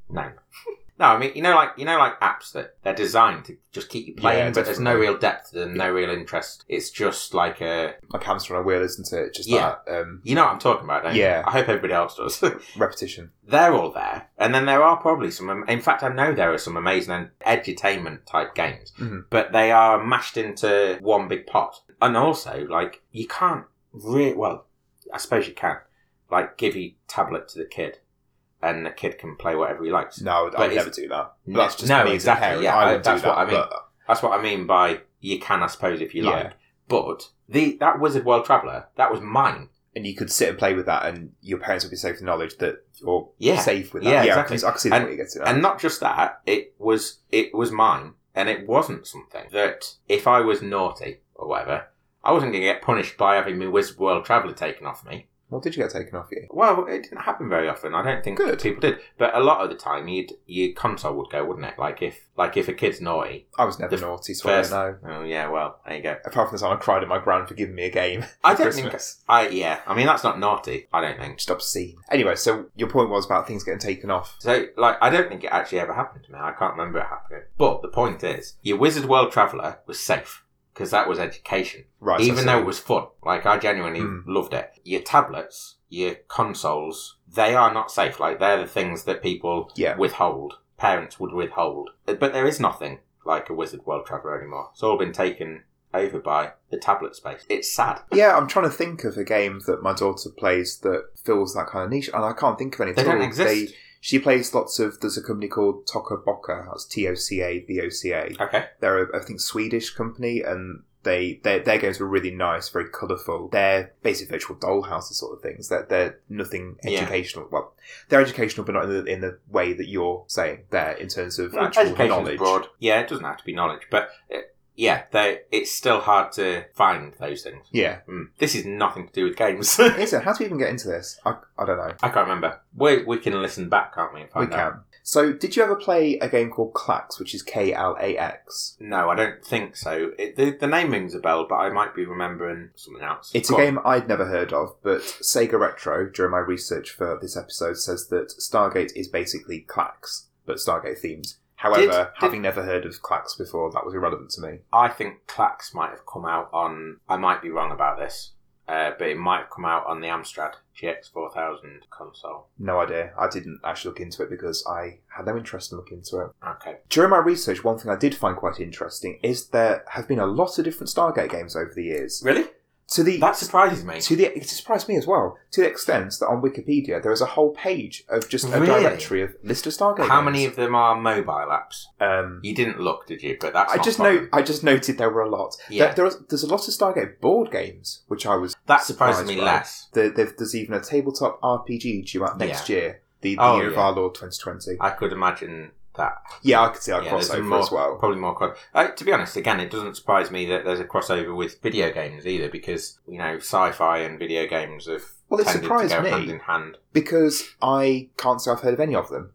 [SPEAKER 1] no. No, I mean you know, like you know, like apps that they're designed to just keep you playing,
[SPEAKER 2] Yeah,
[SPEAKER 1] but there's no
[SPEAKER 2] definitely.
[SPEAKER 1] real depth and no real interest. It's just like a,
[SPEAKER 2] Like hamster on a wheel, isn't it? Just
[SPEAKER 1] Yeah.
[SPEAKER 2] that um,
[SPEAKER 1] you know what I'm talking about, don't you?
[SPEAKER 2] Yeah.
[SPEAKER 1] I hope everybody else does.
[SPEAKER 2] repetition.
[SPEAKER 1] they're all there, and then there are probably some. In fact, I know there are some amazing edutainment type games,
[SPEAKER 2] Mhm.
[SPEAKER 1] but they are mashed into one big pot. And also, like you can't really well, I suppose you can, like give your tablet to the kid, and the kid can play whatever he likes.
[SPEAKER 2] No, I would-
[SPEAKER 1] But
[SPEAKER 2] I would
[SPEAKER 1] it's-
[SPEAKER 2] never do that. But
[SPEAKER 1] No,
[SPEAKER 2] that's just
[SPEAKER 1] no,
[SPEAKER 2] me as a
[SPEAKER 1] exactly,
[SPEAKER 2] parent.
[SPEAKER 1] yeah, I-
[SPEAKER 2] I would do
[SPEAKER 1] that's
[SPEAKER 2] that.
[SPEAKER 1] what I mean.
[SPEAKER 2] but
[SPEAKER 1] That's what I mean by you can, I suppose, if you
[SPEAKER 2] Yeah.
[SPEAKER 1] like. But the that Wizard World Traveler that was mine.
[SPEAKER 2] and you could sit and play with that, and your parents would be safe in the knowledge that you're
[SPEAKER 1] Yeah.
[SPEAKER 2] safe with that.
[SPEAKER 1] Yeah,
[SPEAKER 2] Yeah,
[SPEAKER 1] exactly.
[SPEAKER 2] I, can, I can see the point you get to that.
[SPEAKER 1] And not just that, it was it was mine, and it wasn't something that if I was naughty or whatever, I wasn't going to get punished by having my Wizard World Traveller taken off me.
[SPEAKER 2] what did you get taken off you?
[SPEAKER 1] Well, it didn't happen very often. I don't think
[SPEAKER 2] Good.
[SPEAKER 1] people did, but a lot of the time, you'd your console would go, wouldn't it? Like if like if a kid's naughty,
[SPEAKER 2] I was never
[SPEAKER 1] The
[SPEAKER 2] naughty, so I
[SPEAKER 1] first-
[SPEAKER 2] don't know.
[SPEAKER 1] oh yeah, well there you go.
[SPEAKER 2] Apart from the time I cried at my grand for giving me a game.
[SPEAKER 1] I
[SPEAKER 2] for
[SPEAKER 1] don't think
[SPEAKER 2] Christmas.
[SPEAKER 1] I yeah. I mean that's not naughty. I don't think.
[SPEAKER 2] Just obscene. Anyway, so your point was about things getting taken off.
[SPEAKER 1] So, like, I don't think it actually ever happened to me. I can't remember it happening. But the point is, your Wizard World Traveller was safe because that was education.
[SPEAKER 2] Right. I
[SPEAKER 1] even
[SPEAKER 2] see.
[SPEAKER 1] though it was fun. Like I genuinely
[SPEAKER 2] Mm.
[SPEAKER 1] loved it. Your tablets, your consoles, they are not safe. Like they're the things that people
[SPEAKER 2] Yeah.
[SPEAKER 1] withhold. Parents would withhold. But there is nothing like a Wizard World Traveller anymore. It's all been taken over by the tablet space. It's sad.
[SPEAKER 2] Yeah, I'm trying to think of a game that my daughter plays that fills that kind of niche, and I can't think of any.
[SPEAKER 1] They
[SPEAKER 2] at all.
[SPEAKER 1] don't exist.
[SPEAKER 2] They- she plays lots of. There's a company called Tokaboka. That's T O C A B O C A.
[SPEAKER 1] Okay.
[SPEAKER 2] they're a, I think Swedish company and they their, their games were really nice, very colourful. They're basically virtual dollhouses sort of things. They're they're nothing
[SPEAKER 1] Yeah.
[SPEAKER 2] educational. Well, they're educational, but not in the, in the way that you're saying there in terms of
[SPEAKER 1] Well,
[SPEAKER 2] actual
[SPEAKER 1] education's
[SPEAKER 2] knowledge.
[SPEAKER 1] broad. Yeah, it doesn't have to be knowledge, but uh, yeah, they, it's still hard to find those things.
[SPEAKER 2] Yeah,
[SPEAKER 1] Mm. This is nothing to do with games.
[SPEAKER 2] is it? How do we even get into this? I, I don't know.
[SPEAKER 1] I can't remember. We, we can listen back, can't we? and
[SPEAKER 2] we
[SPEAKER 1] find out?
[SPEAKER 2] can. So, did you ever play a game called Clax, which is K L A X?
[SPEAKER 1] No, I don't think so. It, the, the name rings a bell, but I might be remembering something else.
[SPEAKER 2] It's
[SPEAKER 1] Go
[SPEAKER 2] a
[SPEAKER 1] on.
[SPEAKER 2] game I'd never heard of, but Sega Retro, during my research for this episode, says that Stargate is basically Clax, but Stargate themed. However,
[SPEAKER 1] Did- did-
[SPEAKER 2] having never heard of Clax before, that was irrelevant to me.
[SPEAKER 1] I think Clax might have come out on. I might be wrong about this, uh, but it might have come out on the Amstrad GX four thousand console.
[SPEAKER 2] No idea. I didn't actually look into it because I had no interest in looking into it.
[SPEAKER 1] Okay.
[SPEAKER 2] During my research, one thing I did find quite interesting is there have been a lot of different Stargate games over the years.
[SPEAKER 1] Really?
[SPEAKER 2] To the
[SPEAKER 1] That surprises me.
[SPEAKER 2] to the it surprised me as well to the extent that on Wikipedia there is a whole page of just a
[SPEAKER 1] Really?
[SPEAKER 2] directory of list of Stargate.
[SPEAKER 1] How
[SPEAKER 2] games.
[SPEAKER 1] many of them are mobile apps?
[SPEAKER 2] Um,
[SPEAKER 1] You didn't look, did you? But that's
[SPEAKER 2] I
[SPEAKER 1] not
[SPEAKER 2] just
[SPEAKER 1] fun.
[SPEAKER 2] know. I just noted there were a lot.
[SPEAKER 1] Yeah.
[SPEAKER 2] There, there was, there's a lot of Stargate board games, which I was
[SPEAKER 1] that surprises
[SPEAKER 2] surprised
[SPEAKER 1] me
[SPEAKER 2] by.
[SPEAKER 1] less.
[SPEAKER 2] There, there- there's even a tabletop RPG due out next year, the, the
[SPEAKER 1] Oh,
[SPEAKER 2] year of
[SPEAKER 1] yeah.
[SPEAKER 2] our Lord 2020.
[SPEAKER 1] I could imagine that.
[SPEAKER 2] Yeah, I could see our
[SPEAKER 1] Yeah, there's
[SPEAKER 2] crossover
[SPEAKER 1] more-
[SPEAKER 2] as well.
[SPEAKER 1] Probably more cross. Uh, to be honest, again, it doesn't surprise me that there's a crossover with video games either, because you know, sci-fi and video games have
[SPEAKER 2] Well, it
[SPEAKER 1] tended
[SPEAKER 2] surprised
[SPEAKER 1] to go
[SPEAKER 2] me.
[SPEAKER 1] hand in hand.
[SPEAKER 2] Because I can't say I've heard of any of them.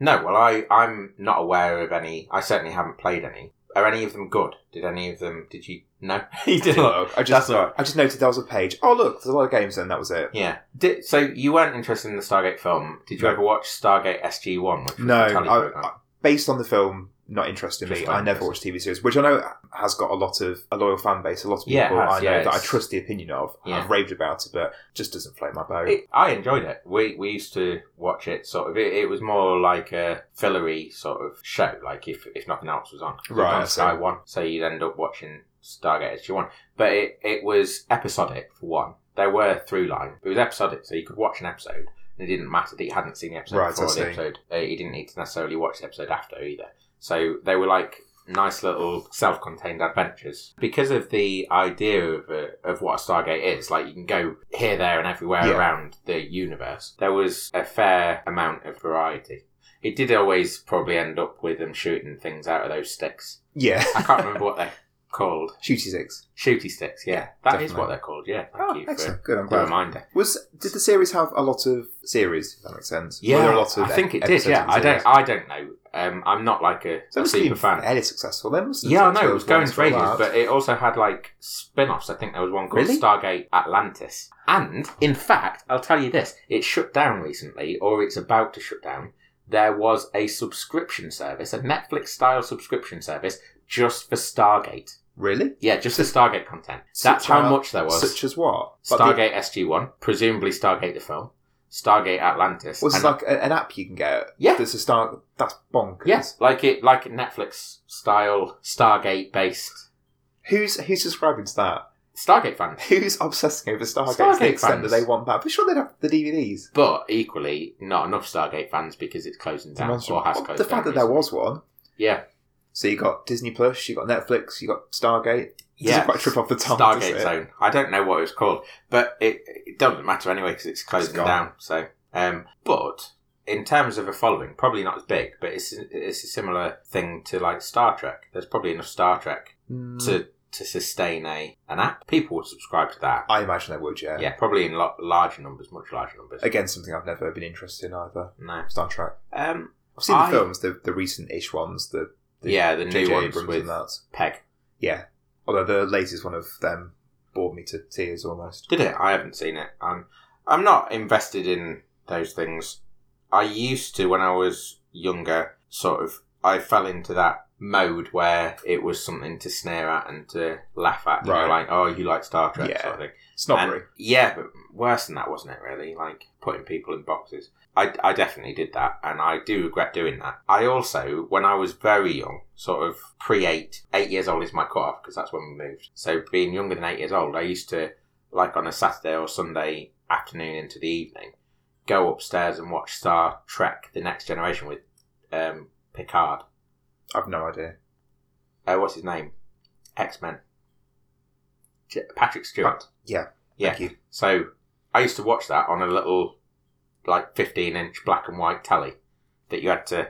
[SPEAKER 1] No, well, I I'm not aware of any. I certainly haven't played any. Are any of them good? Did any of them? Did you? No, you didn't look.
[SPEAKER 2] I just,
[SPEAKER 1] That's all right.
[SPEAKER 2] I just noted there was a page. Oh, look, there's a lot of games then. That was it.
[SPEAKER 1] Yeah. Did, so you weren't interested in the Stargate film. Did you
[SPEAKER 2] No.
[SPEAKER 1] ever watch Stargate SG One? which was
[SPEAKER 2] No,
[SPEAKER 1] a telly
[SPEAKER 2] I-
[SPEAKER 1] programme?
[SPEAKER 2] I- based on the film, not interested in
[SPEAKER 1] Just
[SPEAKER 2] me.
[SPEAKER 1] not
[SPEAKER 2] I never watched
[SPEAKER 1] interested.
[SPEAKER 2] TV series, which I know has got a lot of a loyal fan base. A lot of people
[SPEAKER 1] Yeah, it has,
[SPEAKER 2] I know
[SPEAKER 1] yeah,
[SPEAKER 2] that I
[SPEAKER 1] it's-
[SPEAKER 2] trust the opinion of.
[SPEAKER 1] Yeah.
[SPEAKER 2] I've raved about it, but just doesn't float my boat.
[SPEAKER 1] It, I enjoyed it. We we used to watch it sort of. It, it was more like a fillery sort of show. Like if if nothing else was on, It was
[SPEAKER 2] Right, I
[SPEAKER 1] on
[SPEAKER 2] see.
[SPEAKER 1] Sky One, so you'd end up watching Stargate SG One. But it it was episodic for one. There were through line. It was episodic, so you could watch an episode. and It didn't matter that you hadn't seen the episode
[SPEAKER 2] Right, I
[SPEAKER 1] before
[SPEAKER 2] see.
[SPEAKER 1] the episode. Uh, You didn't need to necessarily watch the episode after either. So they were like nice little self-contained adventures because of the idea of, uh, of what a stargate is like you can go here there and everywhere
[SPEAKER 2] Yeah.
[SPEAKER 1] around the universe there was a fair amount of variety it did always probably end up with them shooting things out of those sticks
[SPEAKER 2] yeah,
[SPEAKER 1] i can't remember what they're called
[SPEAKER 2] Shooty Six.
[SPEAKER 1] shooty sticks yeah,
[SPEAKER 2] Yeah,
[SPEAKER 1] that is
[SPEAKER 2] definitely.
[SPEAKER 1] what they're called yeah thank
[SPEAKER 2] Oh,
[SPEAKER 1] you for
[SPEAKER 2] excellent. Good. I'm
[SPEAKER 1] the
[SPEAKER 2] glad.
[SPEAKER 1] reminder
[SPEAKER 2] Was did the series have a lot of series? If that makes sense. Were
[SPEAKER 1] yeah
[SPEAKER 2] there a lot of
[SPEAKER 1] i think it did
[SPEAKER 2] episodes
[SPEAKER 1] yeah
[SPEAKER 2] of the
[SPEAKER 1] i
[SPEAKER 2] series?
[SPEAKER 1] don't i don't know um, i'm not like a,
[SPEAKER 2] So
[SPEAKER 1] a
[SPEAKER 2] it's been
[SPEAKER 1] super fan
[SPEAKER 2] fairly successful then. wasn't
[SPEAKER 1] Yeah, I
[SPEAKER 2] Like
[SPEAKER 1] know, it was going
[SPEAKER 2] 12
[SPEAKER 1] for ages,
[SPEAKER 2] hours.
[SPEAKER 1] but it also had like spin offs. I think there was one called
[SPEAKER 2] Really?
[SPEAKER 1] Stargate Atlantis. And, in fact, I'll tell you this it shut down recently, or it's about to shut down. There was a subscription service, a Netflix style subscription service, just for Stargate.
[SPEAKER 2] really,
[SPEAKER 1] Yeah, just for Stargate content.
[SPEAKER 2] Such
[SPEAKER 1] That's how
[SPEAKER 2] a-
[SPEAKER 1] much there was.
[SPEAKER 2] such as what? Like the-
[SPEAKER 1] Stargate SG 1, presumably Stargate the film, Stargate Atlantis.
[SPEAKER 2] was it
[SPEAKER 1] and-
[SPEAKER 2] like a- an app you can get?
[SPEAKER 1] Yeah.
[SPEAKER 2] That's a star. That's bonkers.
[SPEAKER 1] Yes, like it, like Netflix style Stargate based
[SPEAKER 2] Who's who's subscribing to that?
[SPEAKER 1] Stargate fans.
[SPEAKER 2] Who's obsessing over Stargate, to the
[SPEAKER 1] Stargate
[SPEAKER 2] extent
[SPEAKER 1] fans.
[SPEAKER 2] that they want that? But sure, they'd have the DVDs.
[SPEAKER 1] But equally, not enough Stargate fans because it's closing down or has
[SPEAKER 2] Well,
[SPEAKER 1] closed
[SPEAKER 2] the
[SPEAKER 1] down.
[SPEAKER 2] fact that there
[SPEAKER 1] recently.
[SPEAKER 2] was one.
[SPEAKER 1] yeah,
[SPEAKER 2] So you got Disney Plus, you got Netflix, you got Stargate.
[SPEAKER 1] yeah,
[SPEAKER 2] Doesn't quite trip off the tongue. does
[SPEAKER 1] Stargate
[SPEAKER 2] it?
[SPEAKER 1] Zone. I don't know what it was called, but it, it doesn't matter anyway because it's closing
[SPEAKER 2] gone.
[SPEAKER 1] down. So, um, but in terms of a following, probably not as big, but it's it's a similar thing to like Star Trek. There's probably enough Star Trek
[SPEAKER 2] Mm,
[SPEAKER 1] to to sustain a an app. People would subscribe to that.
[SPEAKER 2] I imagine they would, yeah.
[SPEAKER 1] yeah, probably in lo- larger numbers, much larger numbers.
[SPEAKER 2] Again, something I've never been interested in either.
[SPEAKER 1] No.
[SPEAKER 2] Star Trek.
[SPEAKER 1] Um,
[SPEAKER 2] I've seen
[SPEAKER 1] I-
[SPEAKER 2] the films, the, the recent ish ones, the, the
[SPEAKER 1] yeah, the
[SPEAKER 2] J.J.
[SPEAKER 1] new ones
[SPEAKER 2] Abrams
[SPEAKER 1] with
[SPEAKER 2] and that.
[SPEAKER 1] Peg.
[SPEAKER 2] Yeah. Although the latest one of them bored me to tears almost.
[SPEAKER 1] Did it? I haven't seen it. I'm I'm not invested in those things. I used to when I was younger, sort of I fell into that mode where it was something to sneer at and to laugh at. You
[SPEAKER 2] Right.
[SPEAKER 1] know, like, oh you like Star Trek
[SPEAKER 2] Yeah.
[SPEAKER 1] sort of thing.
[SPEAKER 2] Snobbery.
[SPEAKER 1] And- yeah, but worse than that, wasn't it? Really, like putting people in boxes. I, I definitely did that, and I do regret doing that. I also, when I was very young, sort of pre eight, eight years old is my cutoff because that's when we moved. So being younger than eight years old, I used to like on a Saturday or Sunday afternoon into the evening, go upstairs and watch Star Trek: The Next Generation with um, Picard.
[SPEAKER 2] I've no idea.
[SPEAKER 1] Uh, what's his name? X Men. J- Patrick Stewart.
[SPEAKER 2] Yeah.
[SPEAKER 1] Yeah.
[SPEAKER 2] Thank you.
[SPEAKER 1] So I used to watch that on a little, like, 15 inch black and white telly that you had to.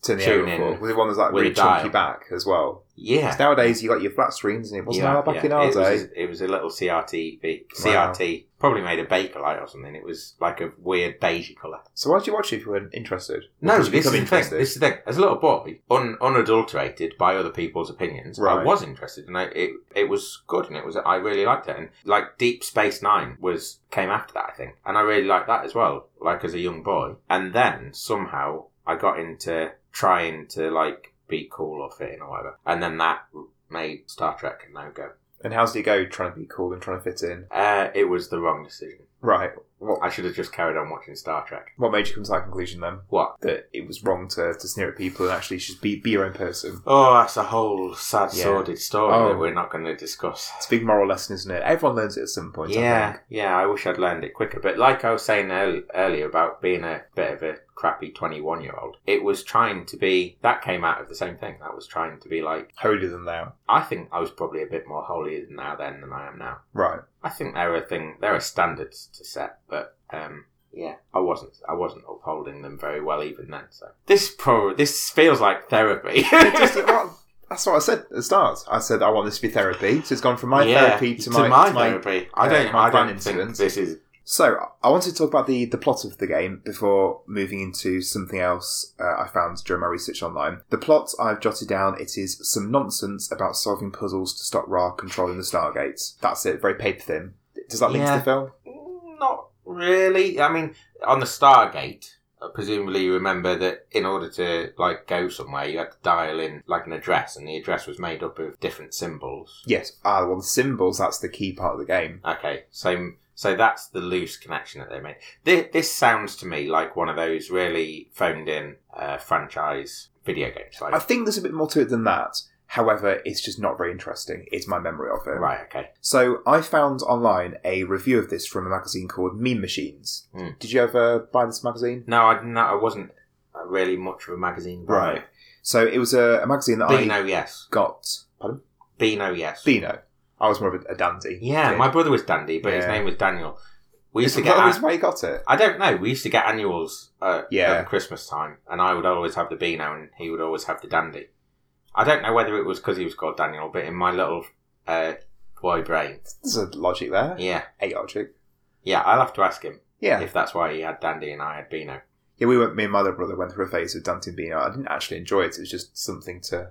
[SPEAKER 2] Turn the
[SPEAKER 1] Tune
[SPEAKER 2] area
[SPEAKER 1] in
[SPEAKER 2] for. With the one that's like
[SPEAKER 1] with
[SPEAKER 2] really
[SPEAKER 1] a dial.
[SPEAKER 2] chunky back as well.
[SPEAKER 1] Yeah.
[SPEAKER 2] 'Cause nowadays you got your flat screens and it wasn't
[SPEAKER 1] yeah,
[SPEAKER 2] our back
[SPEAKER 1] yeah.
[SPEAKER 2] in our
[SPEAKER 1] it
[SPEAKER 2] day.
[SPEAKER 1] Was, it was a little CRT, be-
[SPEAKER 2] Wow.
[SPEAKER 1] CRT, probably made of Bakelite or something. It was like a weird beigey colour.
[SPEAKER 2] So why did you watch it if you weren't interested? Or
[SPEAKER 1] No,
[SPEAKER 2] did you
[SPEAKER 1] this is,
[SPEAKER 2] become
[SPEAKER 1] the thing, this is the thing. As a little boy, un, unadulterated by other people's opinions, I
[SPEAKER 2] Right.
[SPEAKER 1] was interested, and I, it it was good, and it was I really liked it. And like Deep Space Nine was came after that, I think, and I really liked that as well. Like as a young boy, and then somehow I got into trying to like be cool or fit in or whatever, and then that made Star Trek a no go.
[SPEAKER 2] And how's it go trying to be cool and trying to fit in?
[SPEAKER 1] Uh, it was the wrong decision.
[SPEAKER 2] Right. What
[SPEAKER 1] I should have just carried on watching Star Trek.
[SPEAKER 2] what made you come to that conclusion then?
[SPEAKER 1] What?
[SPEAKER 2] That it was wrong to, to sneer at people and actually just be, be your own person.
[SPEAKER 1] Oh, that's a whole sad,
[SPEAKER 2] Yeah.
[SPEAKER 1] sordid story
[SPEAKER 2] Oh.
[SPEAKER 1] that we're not going to discuss.
[SPEAKER 2] It's a big moral lesson, isn't it? Everyone learns it at some point. I
[SPEAKER 1] Yeah,
[SPEAKER 2] think.
[SPEAKER 1] yeah. I wish I'd learned it quicker. But like I was saying earl- earlier about being a bit of a crappy twenty-one-year-old, it was trying to be. That came out of the same thing. That was trying to be like.
[SPEAKER 2] Holier than thou.
[SPEAKER 1] I think I was probably a bit more holier than now then than I am now.
[SPEAKER 2] Right.
[SPEAKER 1] I think there are thing there are standards to set, but um, yeah, I wasn't. I wasn't upholding them very well even then. So this pro this feels like therapy.
[SPEAKER 2] Just- well, that's what I said at the start. I said I want this to be therapy. So it's gone from my therapy to my, to my-
[SPEAKER 1] therapy. I
[SPEAKER 2] uh,
[SPEAKER 1] don't.
[SPEAKER 2] my
[SPEAKER 1] I don't think
[SPEAKER 2] plan incident.
[SPEAKER 1] this is.
[SPEAKER 2] So I wanted to talk about the the plot of the game before moving into something else uh, I found during my research online. The plot I've jotted down. It is some nonsense about solving puzzles to stop Ra controlling the Stargates. That's it. Very paper thin. Does that link to
[SPEAKER 1] Yeah.
[SPEAKER 2] the film?
[SPEAKER 1] Not really. I mean, on the Stargate, uh, presumably you remember that in order to like go somewhere, you had to dial in like an address, and the address was made up of different symbols.
[SPEAKER 2] Yes. Ah, well, the symbols. That's the key part of the game.
[SPEAKER 1] Okay, so so that's the loose connection that they made. This, this sounds to me like one of those really phoned in uh, franchise video games. Like,
[SPEAKER 2] I think there's a bit more to it than that. However, it's just not very interesting. It's my memory of it.
[SPEAKER 1] right? Okay.
[SPEAKER 2] So I found online a review of this from a magazine called Meme Machines.
[SPEAKER 1] Hmm.
[SPEAKER 2] Did you ever buy this magazine?
[SPEAKER 1] No, I no, I wasn't uh, really much of a magazine guy.
[SPEAKER 2] Right. So it was a, a magazine that I
[SPEAKER 1] Beano, yes.
[SPEAKER 2] got. Pardon?
[SPEAKER 1] Beano, yes.
[SPEAKER 2] Beano. I was more of a, a dandy.
[SPEAKER 1] yeah,
[SPEAKER 2] Kid.
[SPEAKER 1] my brother was Dandy, but his
[SPEAKER 2] Yeah.
[SPEAKER 1] name was Daniel. We used
[SPEAKER 2] Is
[SPEAKER 1] to
[SPEAKER 2] that
[SPEAKER 1] get.
[SPEAKER 2] the
[SPEAKER 1] an-
[SPEAKER 2] reason "Oh, why you got it?
[SPEAKER 1] I don't know. We used to get annuals uh,
[SPEAKER 2] Yeah.
[SPEAKER 1] at Christmas time, and I would always have the Beano, and he would always have the Dandy. I don't know whether it was because he was called Daniel, but in my little uh, boy brain,
[SPEAKER 2] There's a logic there.
[SPEAKER 1] yeah,
[SPEAKER 2] A logic.
[SPEAKER 1] yeah, I'll have to ask him
[SPEAKER 2] Yeah.
[SPEAKER 1] if that's why he had Dandy and I had Beano.
[SPEAKER 2] Yeah, we went, me and my other brother went through a phase of Dante and Beano. I didn't actually enjoy it. It was just something to, to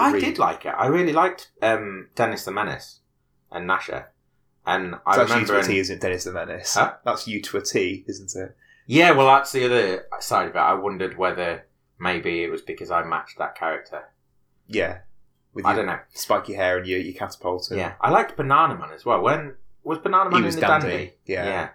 [SPEAKER 1] I
[SPEAKER 2] read.
[SPEAKER 1] did like it. I really liked um, Dennis the Menace and Nasher, and I
[SPEAKER 2] It's actually
[SPEAKER 1] remember.
[SPEAKER 2] U to a
[SPEAKER 1] in-
[SPEAKER 2] T, isn't it, Dennis the Menace?
[SPEAKER 1] Huh?
[SPEAKER 2] That's U to a T, isn't it?
[SPEAKER 1] Yeah, well, that's the other side of it. I wondered whether maybe it was because I matched that character.
[SPEAKER 2] Yeah. With
[SPEAKER 1] I
[SPEAKER 2] your
[SPEAKER 1] don't know.
[SPEAKER 2] spiky hair and your, your catapult. And
[SPEAKER 1] Yeah, I liked Banana Man as well. When was Banana Man
[SPEAKER 2] He was
[SPEAKER 1] in the
[SPEAKER 2] dandy.
[SPEAKER 1] dandy?
[SPEAKER 2] Yeah.
[SPEAKER 1] yeah,
[SPEAKER 2] That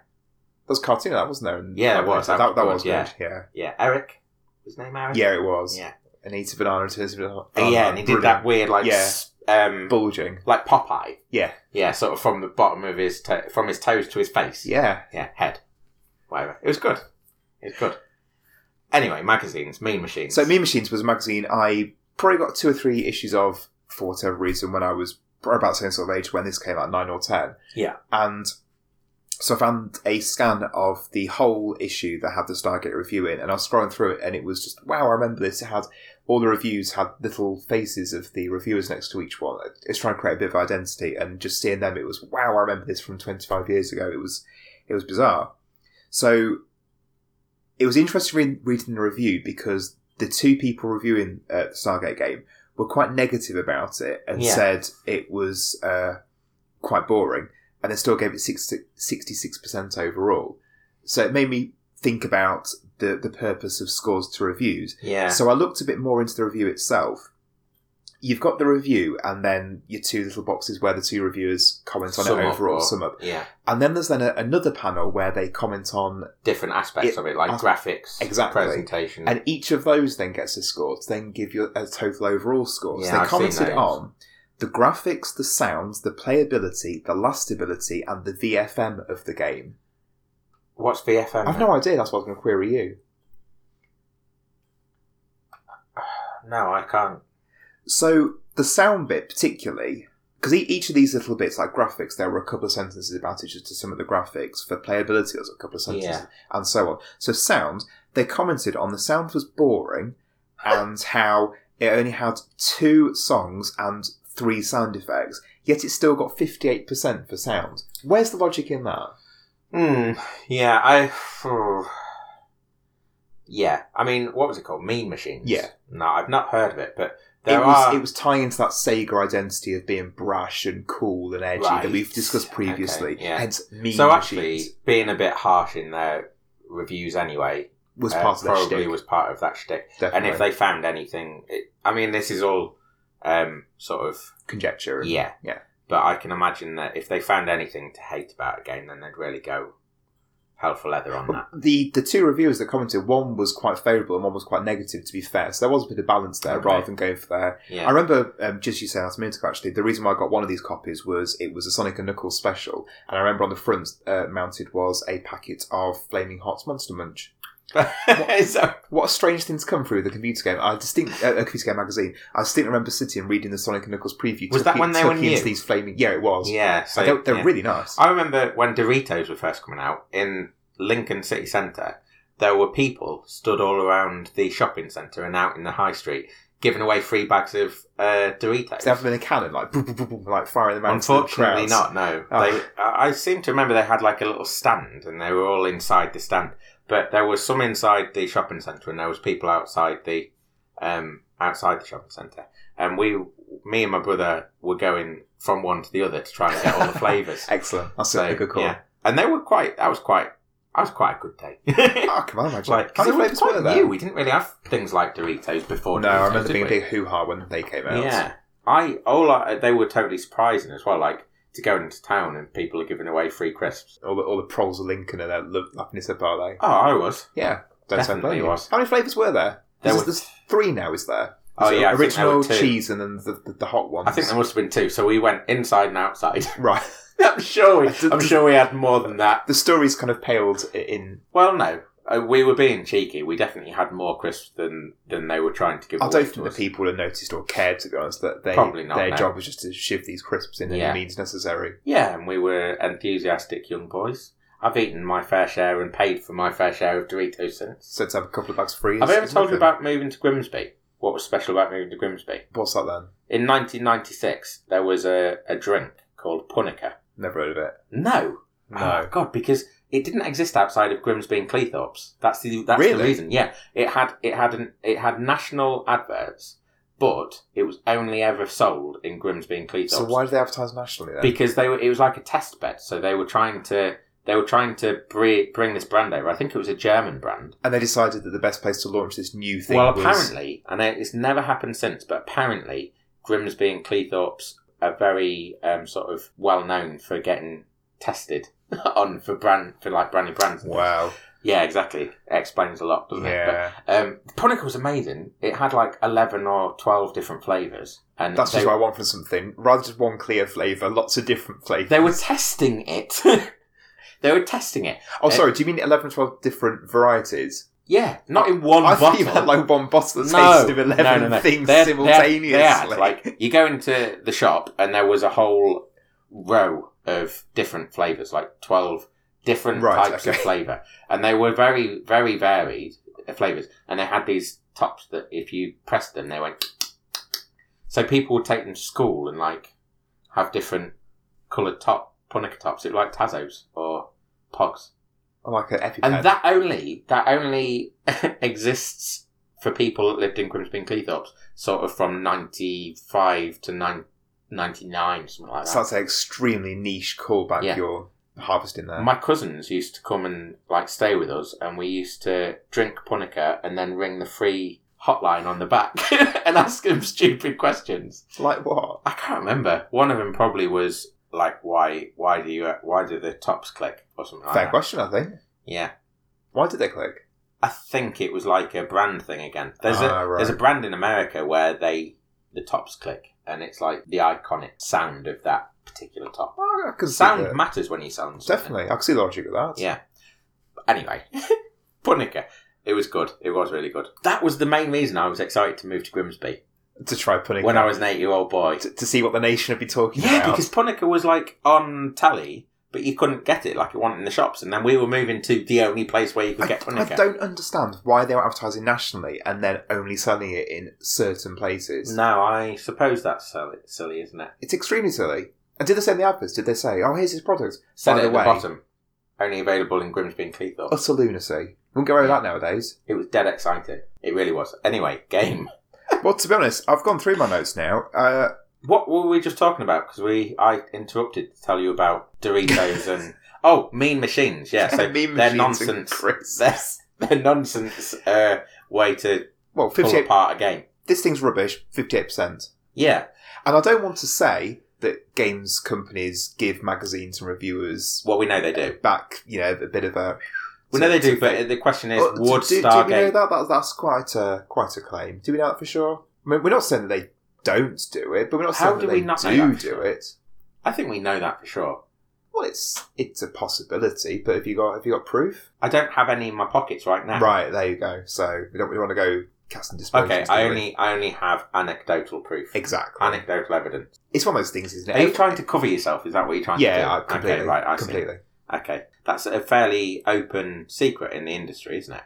[SPEAKER 2] was cartoon, that wasn't there? And
[SPEAKER 1] Yeah, it was.
[SPEAKER 2] That, that,
[SPEAKER 1] That was,
[SPEAKER 2] was good, yeah.
[SPEAKER 1] yeah. Eric, was his name Eric?
[SPEAKER 2] Yeah, it was.
[SPEAKER 1] yeah,
[SPEAKER 2] And eats a banana, turns a banana.
[SPEAKER 1] Uh, yeah. And he did that weird like
[SPEAKER 2] Yeah.
[SPEAKER 1] s- um
[SPEAKER 2] Bulging.
[SPEAKER 1] like Popeye.
[SPEAKER 2] Yeah.
[SPEAKER 1] Yeah, sort of from the bottom of his to- from his toes to his face.
[SPEAKER 2] Yeah.
[SPEAKER 1] yeah, head, whatever. It was good. It was good. Anyway, magazines, Mean Machines.
[SPEAKER 2] So Mean Machines was a magazine I probably got two or three issues of for whatever reason when I was probably about the same sort of age when this came out, nine or ten.
[SPEAKER 1] Yeah.
[SPEAKER 2] And so I found a scan of the whole issue that had the Stargate review in, and I was scrolling through it, and it was just wow! I remember this. It had all the reviews had little faces of the reviewers next to each one. It's trying to create a bit of identity, and just seeing them, it was wow! I remember this from twenty five years ago. It was it was bizarre. So it was interesting re- reading the review because the two people reviewing uh, the Stargate game were quite negative about it and
[SPEAKER 1] Yeah.
[SPEAKER 2] said it was uh, quite boring, and they still gave it 66 percent overall. So it made me think about the the purpose of scores to reviews.
[SPEAKER 1] yeah,
[SPEAKER 2] So I looked a bit more into the review itself. You've got the review, and then your two little boxes where the two reviewers comment on
[SPEAKER 1] Sum
[SPEAKER 2] it
[SPEAKER 1] up
[SPEAKER 2] overall,
[SPEAKER 1] or-
[SPEAKER 2] sum up,
[SPEAKER 1] yeah.
[SPEAKER 2] and then there's then a, another panel where they comment on,
[SPEAKER 1] Different aspects
[SPEAKER 2] It-
[SPEAKER 1] of it, like
[SPEAKER 2] uh,
[SPEAKER 1] graphics,
[SPEAKER 2] exactly.
[SPEAKER 1] presentation.
[SPEAKER 2] and each of those then gets a score to then give you a total overall score.
[SPEAKER 1] Yeah,
[SPEAKER 2] so they
[SPEAKER 1] I've seen those.
[SPEAKER 2] commented on the graphics, the sounds, the playability, the lastability, and the VFM of the game.
[SPEAKER 1] What's VFM?
[SPEAKER 2] I've no idea. That's what I was going to query you.
[SPEAKER 1] No, I can't.
[SPEAKER 2] So the sound bit, particularly, because each of these little bits, like graphics, there were a couple of sentences about it just to some of the graphics. For playability, there was a couple of sentences,
[SPEAKER 1] Yeah.
[SPEAKER 2] and so on. So sound, they commented on the sound was boring, and how it only had two songs and three sound effects. Yet it still got fifty-eight percent for sound. Where's the logic in that?
[SPEAKER 1] Hmm. Yeah, I. phew. Yeah, I mean, what was it called? Mean Machines.
[SPEAKER 2] Yeah.
[SPEAKER 1] No, I've not heard of it, but
[SPEAKER 2] It
[SPEAKER 1] there
[SPEAKER 2] was,
[SPEAKER 1] are.
[SPEAKER 2] it was tying into that Sega identity of being brash and cool and edgy that
[SPEAKER 1] Right.
[SPEAKER 2] we've discussed
[SPEAKER 1] Okay,
[SPEAKER 2] previously.
[SPEAKER 1] yeah.
[SPEAKER 2] Hence, mean
[SPEAKER 1] so actually,
[SPEAKER 2] machines
[SPEAKER 1] being a bit harsh in their reviews anyway
[SPEAKER 2] was
[SPEAKER 1] uh,
[SPEAKER 2] part of that
[SPEAKER 1] probably
[SPEAKER 2] shtick.
[SPEAKER 1] was part of that shtick.
[SPEAKER 2] Definitely.
[SPEAKER 1] And if they found anything, it, I mean, this is all um, sort of
[SPEAKER 2] conjecture. and-
[SPEAKER 1] yeah,
[SPEAKER 2] yeah.
[SPEAKER 1] But I can imagine that if they found anything to hate about a game, then they'd really go hell for leather on that.
[SPEAKER 2] But The the two reviewers that commented, one was quite favourable and one was quite negative. To be fair, so there was a bit of balance there,
[SPEAKER 1] Okay.
[SPEAKER 2] rather than going for their I
[SPEAKER 1] Yeah,
[SPEAKER 2] remember um, just you saying that a minute ago. Actually, the reason why I got one of these copies was it was a Sonic and Knuckles special, and I remember on the front uh, mounted was a packet of Flaming Hot Monster Munch.
[SPEAKER 1] so,
[SPEAKER 2] What a strange thing to come through the computer game. I distinct uh, a computer game magazine. I distinctly remember sitting and reading the Sonic and Knuckles preview.
[SPEAKER 1] Was
[SPEAKER 2] tucking-
[SPEAKER 1] that when they were
[SPEAKER 2] tucking into
[SPEAKER 1] new?
[SPEAKER 2] These flaming, yeah, it was.
[SPEAKER 1] yeah. So
[SPEAKER 2] I don't- they're
[SPEAKER 1] yeah.
[SPEAKER 2] really nice.
[SPEAKER 1] I remember when Doritos were first coming out in Lincoln City Centre, there were people stood all around the shopping centre and out in the high street giving away free bags of uh, Doritos.
[SPEAKER 2] It's definitely a cannon, like boom, boom, boom, boom, like firing them out into the
[SPEAKER 1] Unfortunately,
[SPEAKER 2] crowds.
[SPEAKER 1] not. No,
[SPEAKER 2] Oh.
[SPEAKER 1] they. I I seem to remember they had like a little stand, and they were all inside the stand. But there was some inside the shopping centre, and there was people outside the, um, outside the shopping centre. And we, me and my brother, were going from one to the other to try and get all the flavours.
[SPEAKER 2] Excellent. That's a good call.
[SPEAKER 1] yeah, and they were quite. That was quite. That was quite a good day.
[SPEAKER 2] Oh, come on, imagine.
[SPEAKER 1] like,
[SPEAKER 2] How
[SPEAKER 1] cause
[SPEAKER 2] many
[SPEAKER 1] it was
[SPEAKER 2] flavours were
[SPEAKER 1] quite
[SPEAKER 2] there?
[SPEAKER 1] new. We didn't really have things like Doritos before.
[SPEAKER 2] No,
[SPEAKER 1] Doritos,
[SPEAKER 2] I remember
[SPEAKER 1] did
[SPEAKER 2] being a
[SPEAKER 1] we?
[SPEAKER 2] big hoo ha when they came out.
[SPEAKER 1] Yeah, I all I, they were totally surprising as well. Like to go into town and people are giving away free crisps.
[SPEAKER 2] All the, all the proles of Lincoln and that lo- happiness of Barley.
[SPEAKER 1] Oh, I was.
[SPEAKER 2] Yeah, don't sound
[SPEAKER 1] Definitely
[SPEAKER 2] bad.
[SPEAKER 1] was.
[SPEAKER 2] How many flavours were there?
[SPEAKER 1] There
[SPEAKER 2] There's,
[SPEAKER 1] were-
[SPEAKER 2] there's three now, is there?
[SPEAKER 1] Oh,
[SPEAKER 2] Is it
[SPEAKER 1] yeah, I think there
[SPEAKER 2] original
[SPEAKER 1] were two.
[SPEAKER 2] cheese and then the, the, the hot ones.
[SPEAKER 1] I think there must have been two. So we went inside and outside.
[SPEAKER 2] right.
[SPEAKER 1] I'm sure. We,
[SPEAKER 2] Does-
[SPEAKER 1] I'm
[SPEAKER 2] does-
[SPEAKER 1] sure we had more than that.
[SPEAKER 2] The story's kind of paled i- in.
[SPEAKER 1] Well, no, uh, we were being cheeky. We definitely had more crisps than than they were trying to give.
[SPEAKER 2] I
[SPEAKER 1] away
[SPEAKER 2] don't
[SPEAKER 1] to
[SPEAKER 2] think the
[SPEAKER 1] us.
[SPEAKER 2] people would have noticed or cared, to be honest, that they
[SPEAKER 1] Probably not,
[SPEAKER 2] their
[SPEAKER 1] no.
[SPEAKER 2] job was just to shiv these crisps in
[SPEAKER 1] Yeah.
[SPEAKER 2] any means necessary.
[SPEAKER 1] Yeah, and we were enthusiastic young boys. I've eaten my fair share and paid for my fair share of Doritos since.
[SPEAKER 2] So to have a couple of bags free.
[SPEAKER 1] Have I
[SPEAKER 2] is-
[SPEAKER 1] ever
[SPEAKER 2] is
[SPEAKER 1] told you
[SPEAKER 2] nothing.
[SPEAKER 1] about moving to Grimsby? What was special about moving to Grimsby?
[SPEAKER 2] What's that then?
[SPEAKER 1] In 1996, there was a, a drink called Punica.
[SPEAKER 2] Never heard of it.
[SPEAKER 1] No.
[SPEAKER 2] No.
[SPEAKER 1] Oh, God, because it didn't exist outside of Grimsby and Cleethorpes. That's the that's the
[SPEAKER 2] Really?
[SPEAKER 1] reason. Yeah, it had it had an it had national adverts, but it was only ever sold in Grimsby and Cleethorpes.
[SPEAKER 2] so why do they advertise nationally then?
[SPEAKER 1] Because they were it was like a test bed, so they were trying to they were trying to bring, bring this brand over. I think it was a German brand.
[SPEAKER 2] and they decided that the best place to launch this new thing
[SPEAKER 1] Well,
[SPEAKER 2] was
[SPEAKER 1] apparently, and it- it's never happened since, but apparently, Grimsby and Cleethorpes are very um, sort of well known for getting tested on for brand for like brand new brands. and things.
[SPEAKER 2] Wow.
[SPEAKER 1] Yeah, exactly. explains a lot, doesn't it?
[SPEAKER 2] Yeah.
[SPEAKER 1] But, um, Punica was amazing. It had like eleven or twelve different flavors, and
[SPEAKER 2] That's
[SPEAKER 1] they,
[SPEAKER 2] just what I want from something. Rather than just one clear flavour, lots of different flavours.
[SPEAKER 1] they were testing it. they were testing it.
[SPEAKER 2] Oh, sorry, do you mean 11 or 12 different varieties?
[SPEAKER 1] Yeah, not in one
[SPEAKER 2] I thought
[SPEAKER 1] bottle.
[SPEAKER 2] you meant like one bottle that tasted of 11 things
[SPEAKER 1] They had- they had-
[SPEAKER 2] simultaneously.
[SPEAKER 1] they had, like you go into the shop and there was a whole row of different flavors, like twelve different
[SPEAKER 2] Right,
[SPEAKER 1] types of
[SPEAKER 2] okay.
[SPEAKER 1] flavor, and they were very, very varied flavors. And they had these tops that if you pressed them, they went. So people would take them to school and like have different coloured top punica tops. It was like Tazos or Pogs
[SPEAKER 2] Oh, like an EpiPen.
[SPEAKER 1] and that only that only exists for people that lived in Grimsby and Cleethorpes, sort of from ninety five to nine, 99, something like that.
[SPEAKER 2] so that's an extremely niche callback
[SPEAKER 1] Yeah.
[SPEAKER 2] you're harvesting there.
[SPEAKER 1] My cousins used to come and like stay with us, and we used to drink punica and then ring the free hotline on the back and ask them stupid questions.
[SPEAKER 2] like what?
[SPEAKER 1] I can't remember. One of them probably was like, "Why? Why do you? Why do the tops click?" or something like
[SPEAKER 2] Fair
[SPEAKER 1] that.
[SPEAKER 2] question, I think.
[SPEAKER 1] Yeah.
[SPEAKER 2] Why did they click?
[SPEAKER 1] I think it was like a brand thing again. There's
[SPEAKER 2] Ah,
[SPEAKER 1] a
[SPEAKER 2] right.
[SPEAKER 1] there's a brand in America where they the tops click and it's like the iconic sound of that particular top.
[SPEAKER 2] Oh, I can see
[SPEAKER 1] Sound
[SPEAKER 2] the-
[SPEAKER 1] matters when you sound something.
[SPEAKER 2] Definitely. I can see the logic of that.
[SPEAKER 1] Yeah. Anyway, Punica. It was good. It was really good. That was the main reason I was excited to move to Grimsby
[SPEAKER 2] To try putting
[SPEAKER 1] when I was an eight year old boy.
[SPEAKER 2] to, to see what the nation would be talking
[SPEAKER 1] Yeah,
[SPEAKER 2] about.
[SPEAKER 1] because Punica was like on telly, but you couldn't get it like you wanted in the shops. And then we were moving to the only place where you could
[SPEAKER 2] I,
[SPEAKER 1] get Punica.
[SPEAKER 2] I don't understand why they were advertising nationally and then only selling it in certain places.
[SPEAKER 1] No, I suppose that's silly, silly isn't it?
[SPEAKER 2] It's extremely silly. And did they say in the adverts? Did they say, "Oh, here's his product"?
[SPEAKER 1] Said
[SPEAKER 2] By
[SPEAKER 1] it
[SPEAKER 2] the
[SPEAKER 1] at
[SPEAKER 2] way-
[SPEAKER 1] the bottom. Only available in Grimsby and Cleethorpes.
[SPEAKER 2] Utter lunacy. Wouldn't go over that nowadays.
[SPEAKER 1] It was dead exciting. It really was. Anyway, game.
[SPEAKER 2] well, to be honest, I've gone through my notes now. Uh,
[SPEAKER 1] What were we just talking about? Because we, I interrupted to tell you about Doritos and oh, Mean Machines. Yeah, so
[SPEAKER 2] meme
[SPEAKER 1] they're
[SPEAKER 2] machines and
[SPEAKER 1] nonsense.
[SPEAKER 2] crisps.
[SPEAKER 1] They're, they're nonsense uh, way to
[SPEAKER 2] Well,
[SPEAKER 1] pull
[SPEAKER 2] fifty-eight.
[SPEAKER 1] apart a game.
[SPEAKER 2] This thing's rubbish. Fifty-eight percent.
[SPEAKER 1] Yeah.
[SPEAKER 2] And I don't want to say that games companies give magazines and reviewers
[SPEAKER 1] Well, we know they do.
[SPEAKER 2] back, you know, a bit of a.
[SPEAKER 1] We know they do. But the question is,
[SPEAKER 2] Oh, do-
[SPEAKER 1] would
[SPEAKER 2] do, do, we know
[SPEAKER 1] Stargate?
[SPEAKER 2] that? that? That's quite a quite a claim. Do we know that for sure? I mean, we're not saying that they don't do it, but we're not
[SPEAKER 1] How
[SPEAKER 2] saying
[SPEAKER 1] do
[SPEAKER 2] that
[SPEAKER 1] we
[SPEAKER 2] they
[SPEAKER 1] not know
[SPEAKER 2] do
[SPEAKER 1] that for
[SPEAKER 2] do
[SPEAKER 1] sure?
[SPEAKER 2] it.
[SPEAKER 1] I think we know that for sure.
[SPEAKER 2] Well, it's it's a possibility, but have you got have you got proof?
[SPEAKER 1] I don't have any in my pockets right now.
[SPEAKER 2] Right there you go. So we don't really want to go casting dispersions.
[SPEAKER 1] Okay,
[SPEAKER 2] do
[SPEAKER 1] I
[SPEAKER 2] we?
[SPEAKER 1] only I only have anecdotal proof.
[SPEAKER 2] exactly.
[SPEAKER 1] Anecdotal evidence.
[SPEAKER 2] It's one of those things, isn't it?
[SPEAKER 1] Are you trying to cover yourself? Is that what you're trying to do?
[SPEAKER 2] yeah, I- completely.
[SPEAKER 1] Okay, right, I see.
[SPEAKER 2] completely.
[SPEAKER 1] Okay. that's a fairly open secret in the industry, isn't it?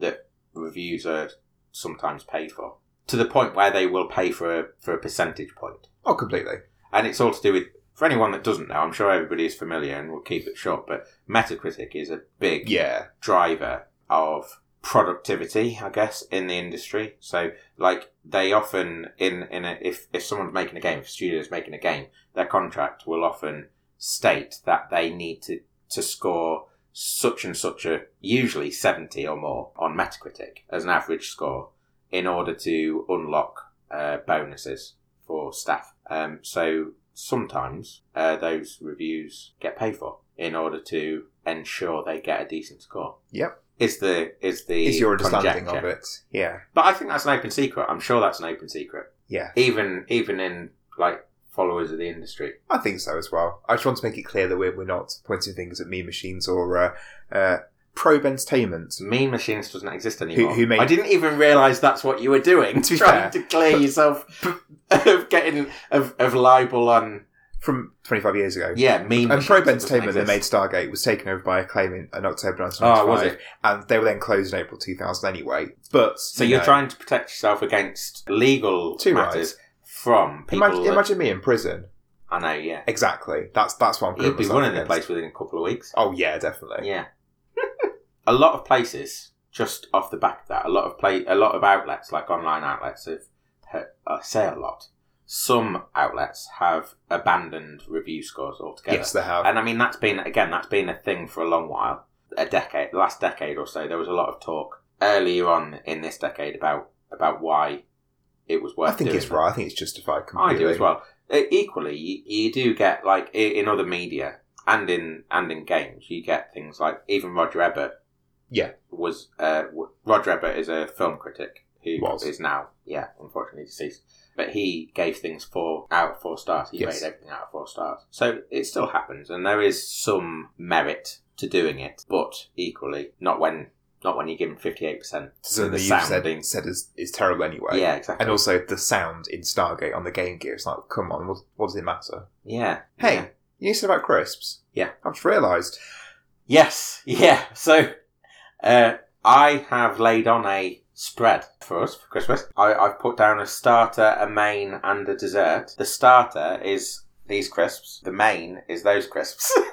[SPEAKER 1] That reviews are sometimes paid for to the point where they will pay for a, for a percentage point,
[SPEAKER 2] Oh, completely.
[SPEAKER 1] and it's all to do with. For anyone that doesn't know, I'm sure everybody is familiar and will keep it short, but Metacritic is a big
[SPEAKER 2] Yeah.
[SPEAKER 1] driver of productivity, I guess, in the industry. So, like, they often in in a, if if someone's making a game, if a studio's making a game, their contract will often state that they need to to score such and such a usually seventy or more on Metacritic as an average score in order to unlock uh, bonuses for staff. Um, so sometimes uh, those reviews get paid for in order to ensure they get a decent score.
[SPEAKER 2] Yep.
[SPEAKER 1] Is the is the
[SPEAKER 2] Is your understanding
[SPEAKER 1] conjecture.
[SPEAKER 2] of it? Yeah.
[SPEAKER 1] But I think that's an open secret. I'm sure that's an open secret.
[SPEAKER 2] Yeah.
[SPEAKER 1] Even even in like followers of the industry.
[SPEAKER 2] I think so as well. I just want to make it clear that we're, we're not pointing fingers at meme machines or uh, uh, probe entertainment.
[SPEAKER 1] Mean Machines doesn't exist anymore.
[SPEAKER 2] who made-
[SPEAKER 1] I didn't even realise that's what you were doing.
[SPEAKER 2] To be
[SPEAKER 1] trying
[SPEAKER 2] fair.
[SPEAKER 1] to clear yourself of getting of, of libel on
[SPEAKER 2] From 25 years ago.
[SPEAKER 1] yeah, mean
[SPEAKER 2] And
[SPEAKER 1] Machines
[SPEAKER 2] Probe
[SPEAKER 1] doesn't
[SPEAKER 2] Entertainment that
[SPEAKER 1] exist.
[SPEAKER 2] made Stargate was taken over by Acclaim in, in October
[SPEAKER 1] Oh, was
[SPEAKER 2] 1995.
[SPEAKER 1] it?
[SPEAKER 2] and they were then closed in April 2000 anyway. But.
[SPEAKER 1] So
[SPEAKER 2] you
[SPEAKER 1] you're
[SPEAKER 2] know,
[SPEAKER 1] trying to protect yourself against legal
[SPEAKER 2] Two
[SPEAKER 1] matters from people.
[SPEAKER 2] Imagine,
[SPEAKER 1] that-
[SPEAKER 2] imagine me in prison.
[SPEAKER 1] I know, yeah.
[SPEAKER 2] Exactly. That's that's what I'm
[SPEAKER 1] You'd be
[SPEAKER 2] myself
[SPEAKER 1] running the
[SPEAKER 2] against.
[SPEAKER 1] place within a couple of weeks.
[SPEAKER 2] Oh, yeah, definitely.
[SPEAKER 1] Yeah. a lot of places, just off the back of that, a lot of play, a lot of outlets, like online outlets, have I say a lot. Some outlets have abandoned review scores altogether.
[SPEAKER 2] yes, they have.
[SPEAKER 1] And I mean, that's been, again, that's been a thing for a long while. A decade, the last decade or so, there was a lot of talk earlier on in this decade about, about why it was worth
[SPEAKER 2] I think
[SPEAKER 1] doing
[SPEAKER 2] it's
[SPEAKER 1] that.
[SPEAKER 2] right. I think it's justified
[SPEAKER 1] I
[SPEAKER 2] completely.
[SPEAKER 1] do as well. Uh, equally, you, you do get like i- in other media and in and in games, you get things like even Roger Ebert.
[SPEAKER 2] Yeah.
[SPEAKER 1] was uh, w- Roger Ebert is a film critic who is
[SPEAKER 2] Was.
[SPEAKER 1] now yeah unfortunately deceased, but he gave things four out of four stars. He
[SPEAKER 2] Yes.
[SPEAKER 1] rated everything out of four stars, so it still happens, and there is some merit to doing it, but equally not when not when you're given fifty eight percent. The
[SPEAKER 2] Something that you've
[SPEAKER 1] sounding.
[SPEAKER 2] said, said is, is terrible anyway.
[SPEAKER 1] Yeah, exactly.
[SPEAKER 2] And also the sound in Stargate on the Game Gear. It's like, come on, what, what does it matter?
[SPEAKER 1] yeah.
[SPEAKER 2] Hey,
[SPEAKER 1] Yeah.
[SPEAKER 2] you said about crisps.
[SPEAKER 1] Yeah.
[SPEAKER 2] I've just realised.
[SPEAKER 1] Yes, yeah. So uh, I have laid on a spread for us for Christmas. I, I've put down a starter, a main, and a dessert. The starter is these crisps. The main is those crisps.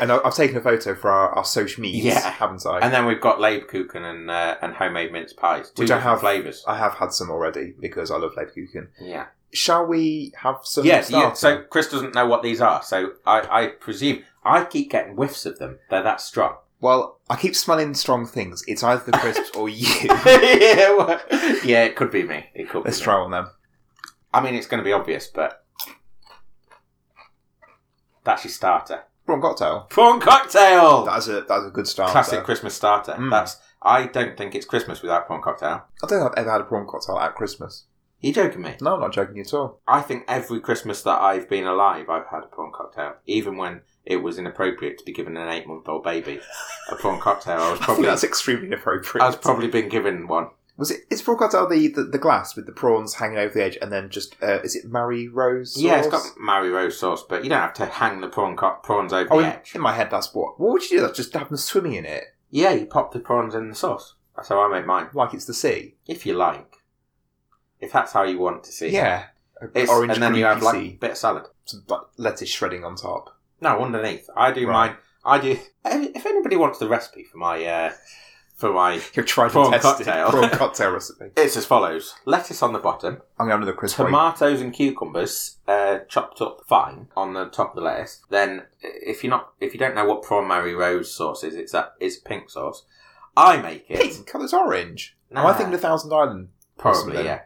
[SPEAKER 2] And I- I've taken a photo for our, our social media,
[SPEAKER 1] Yeah.
[SPEAKER 2] haven't I?
[SPEAKER 1] and then we've got Leibkuchen and uh, and homemade mince pies. Two
[SPEAKER 2] Which I
[SPEAKER 1] different
[SPEAKER 2] have-
[SPEAKER 1] flavors.
[SPEAKER 2] I have had some already because I love Leibkuchen.
[SPEAKER 1] Yeah.
[SPEAKER 2] Shall we have some?
[SPEAKER 1] Yeah, yeah.
[SPEAKER 2] starter?
[SPEAKER 1] So Chris doesn't know what these are. So I, I presume I keep getting whiffs of them. They're that strong.
[SPEAKER 2] Well, I keep smelling strong things. It's either the crisps or you.
[SPEAKER 1] yeah, well, yeah. It could be me. It could.
[SPEAKER 2] Let's
[SPEAKER 1] be me.
[SPEAKER 2] try one then.
[SPEAKER 1] I mean, it's going to be obvious, but that's your starter.
[SPEAKER 2] Prawn cocktail.
[SPEAKER 1] Prawn cocktail,
[SPEAKER 2] That's a that's a good starter.
[SPEAKER 1] classic Christmas starter.
[SPEAKER 2] Mm.
[SPEAKER 1] That's I don't think it's Christmas without prawn cocktail.
[SPEAKER 2] I don't think I've ever had a prawn cocktail at Christmas.
[SPEAKER 1] You joking me?
[SPEAKER 2] No, I'm not joking at all.
[SPEAKER 1] I think every Christmas that I've been alive, I've had a prawn cocktail, even when it was inappropriate to be given an eight-month-old baby a prawn cocktail. I was
[SPEAKER 2] I think
[SPEAKER 1] probably,
[SPEAKER 2] that's extremely inappropriate.
[SPEAKER 1] I was probably been given one.
[SPEAKER 2] Was it? Is prawn cocktail the, the the glass with the prawns hanging over the edge, and then just uh, is it Mary Rose? Sauce?
[SPEAKER 1] Yeah, it's got Mary Rose sauce, but you don't have to hang the prawn co- prawns over
[SPEAKER 2] Oh,
[SPEAKER 1] the
[SPEAKER 2] in,
[SPEAKER 1] edge.
[SPEAKER 2] in my head, that's what. What would you do? That's just have them swimming in it,
[SPEAKER 1] Yeah, you pop the prawns in the sauce. That's how I make mine.
[SPEAKER 2] like it's the sea.
[SPEAKER 1] if you like, if that's how you want to see it.
[SPEAKER 2] Yeah,
[SPEAKER 1] It's,
[SPEAKER 2] orange
[SPEAKER 1] and then you have
[SPEAKER 2] cream
[SPEAKER 1] like
[SPEAKER 2] sea.
[SPEAKER 1] bit of salad.
[SPEAKER 2] Some, like, lettuce shredding on top.
[SPEAKER 1] No, underneath. I do
[SPEAKER 2] Right.
[SPEAKER 1] mine. I do. If anybody wants the recipe for my uh, for my,
[SPEAKER 2] You've tried
[SPEAKER 1] Prawn
[SPEAKER 2] and tested
[SPEAKER 1] cocktail.
[SPEAKER 2] prawn cocktail recipe.
[SPEAKER 1] it's as follows: lettuce on the bottom,
[SPEAKER 2] I'm gonna have another crisp. one.
[SPEAKER 1] tomatoes and cucumbers uh, chopped up fine on the top of the lettuce. Then, if you're not, if you don't know what prawn Mary Rose sauce is, it's that is pink sauce. I make it.
[SPEAKER 2] Pink. Oh, it's orange. Am
[SPEAKER 1] Nah,
[SPEAKER 2] I thinking of Thousand Island
[SPEAKER 1] probably
[SPEAKER 2] then.
[SPEAKER 1] yeah.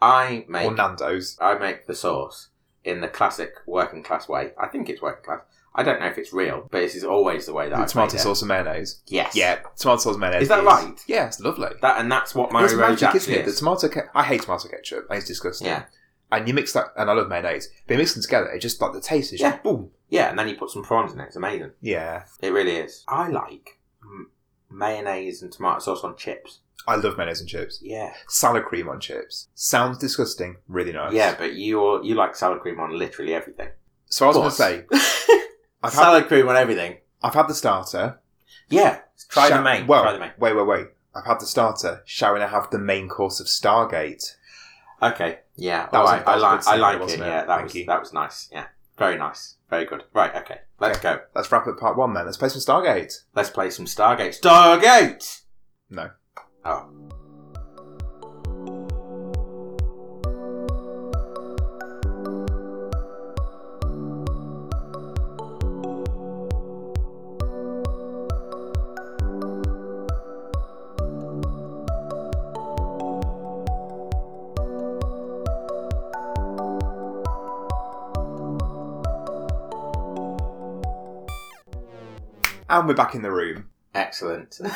[SPEAKER 1] I make
[SPEAKER 2] or Nando's?
[SPEAKER 1] I make the sauce in the classic working class way. I think it's working class. I don't know if it's real, but this is always the way that I
[SPEAKER 2] tomato sauce and mayonnaise.
[SPEAKER 1] Yes.
[SPEAKER 2] Yeah, tomato sauce and mayonnaise.
[SPEAKER 1] Is that right?
[SPEAKER 2] Yeah, it's lovely.
[SPEAKER 1] That and that's what
[SPEAKER 2] Well,
[SPEAKER 1] Mary
[SPEAKER 2] it's
[SPEAKER 1] Rose
[SPEAKER 2] magic, isn't
[SPEAKER 1] actually
[SPEAKER 2] it? The
[SPEAKER 1] is.
[SPEAKER 2] tomato. Ke- I hate tomato ketchup. It's disgusting.
[SPEAKER 1] Yeah.
[SPEAKER 2] And you mix that, and I love mayonnaise, but you mix them together, it just like the taste is just
[SPEAKER 1] Yeah. Yeah, and then you put some prawns in it. It's amazing.
[SPEAKER 2] yeah.
[SPEAKER 1] It really is. I like m- mayonnaise and tomato sauce on chips.
[SPEAKER 2] I love mayonnaise and chips.
[SPEAKER 1] Yeah.
[SPEAKER 2] Salad cream on chips sounds disgusting. Really nice.
[SPEAKER 1] Yeah, but you you like salad cream on literally everything.
[SPEAKER 2] So I was going
[SPEAKER 1] But-
[SPEAKER 2] to say, I've had,
[SPEAKER 1] salad cream on everything.
[SPEAKER 2] I've had the starter.
[SPEAKER 1] Yeah. Try
[SPEAKER 2] Sha-
[SPEAKER 1] the main.
[SPEAKER 2] Well,
[SPEAKER 1] Try the main.
[SPEAKER 2] wait, wait, wait. I've had the starter. Shall we now have the main course of Stargate?
[SPEAKER 1] Okay. Yeah.
[SPEAKER 2] That
[SPEAKER 1] All
[SPEAKER 2] was a-
[SPEAKER 1] right.
[SPEAKER 2] that
[SPEAKER 1] I
[SPEAKER 2] was a
[SPEAKER 1] like.
[SPEAKER 2] good
[SPEAKER 1] I
[SPEAKER 2] segue,
[SPEAKER 1] like it.
[SPEAKER 2] wasn't it?
[SPEAKER 1] Yeah. That
[SPEAKER 2] Thank
[SPEAKER 1] was.
[SPEAKER 2] you.
[SPEAKER 1] That was nice. Yeah. Very nice. Very good. Right. Okay. Let's go.
[SPEAKER 2] Let's wrap up part one then. Let's play some Stargate.
[SPEAKER 1] Let's play some Stargate. Stargate.
[SPEAKER 2] No.
[SPEAKER 1] Oh.
[SPEAKER 2] And we're back in the room.
[SPEAKER 1] Excellent.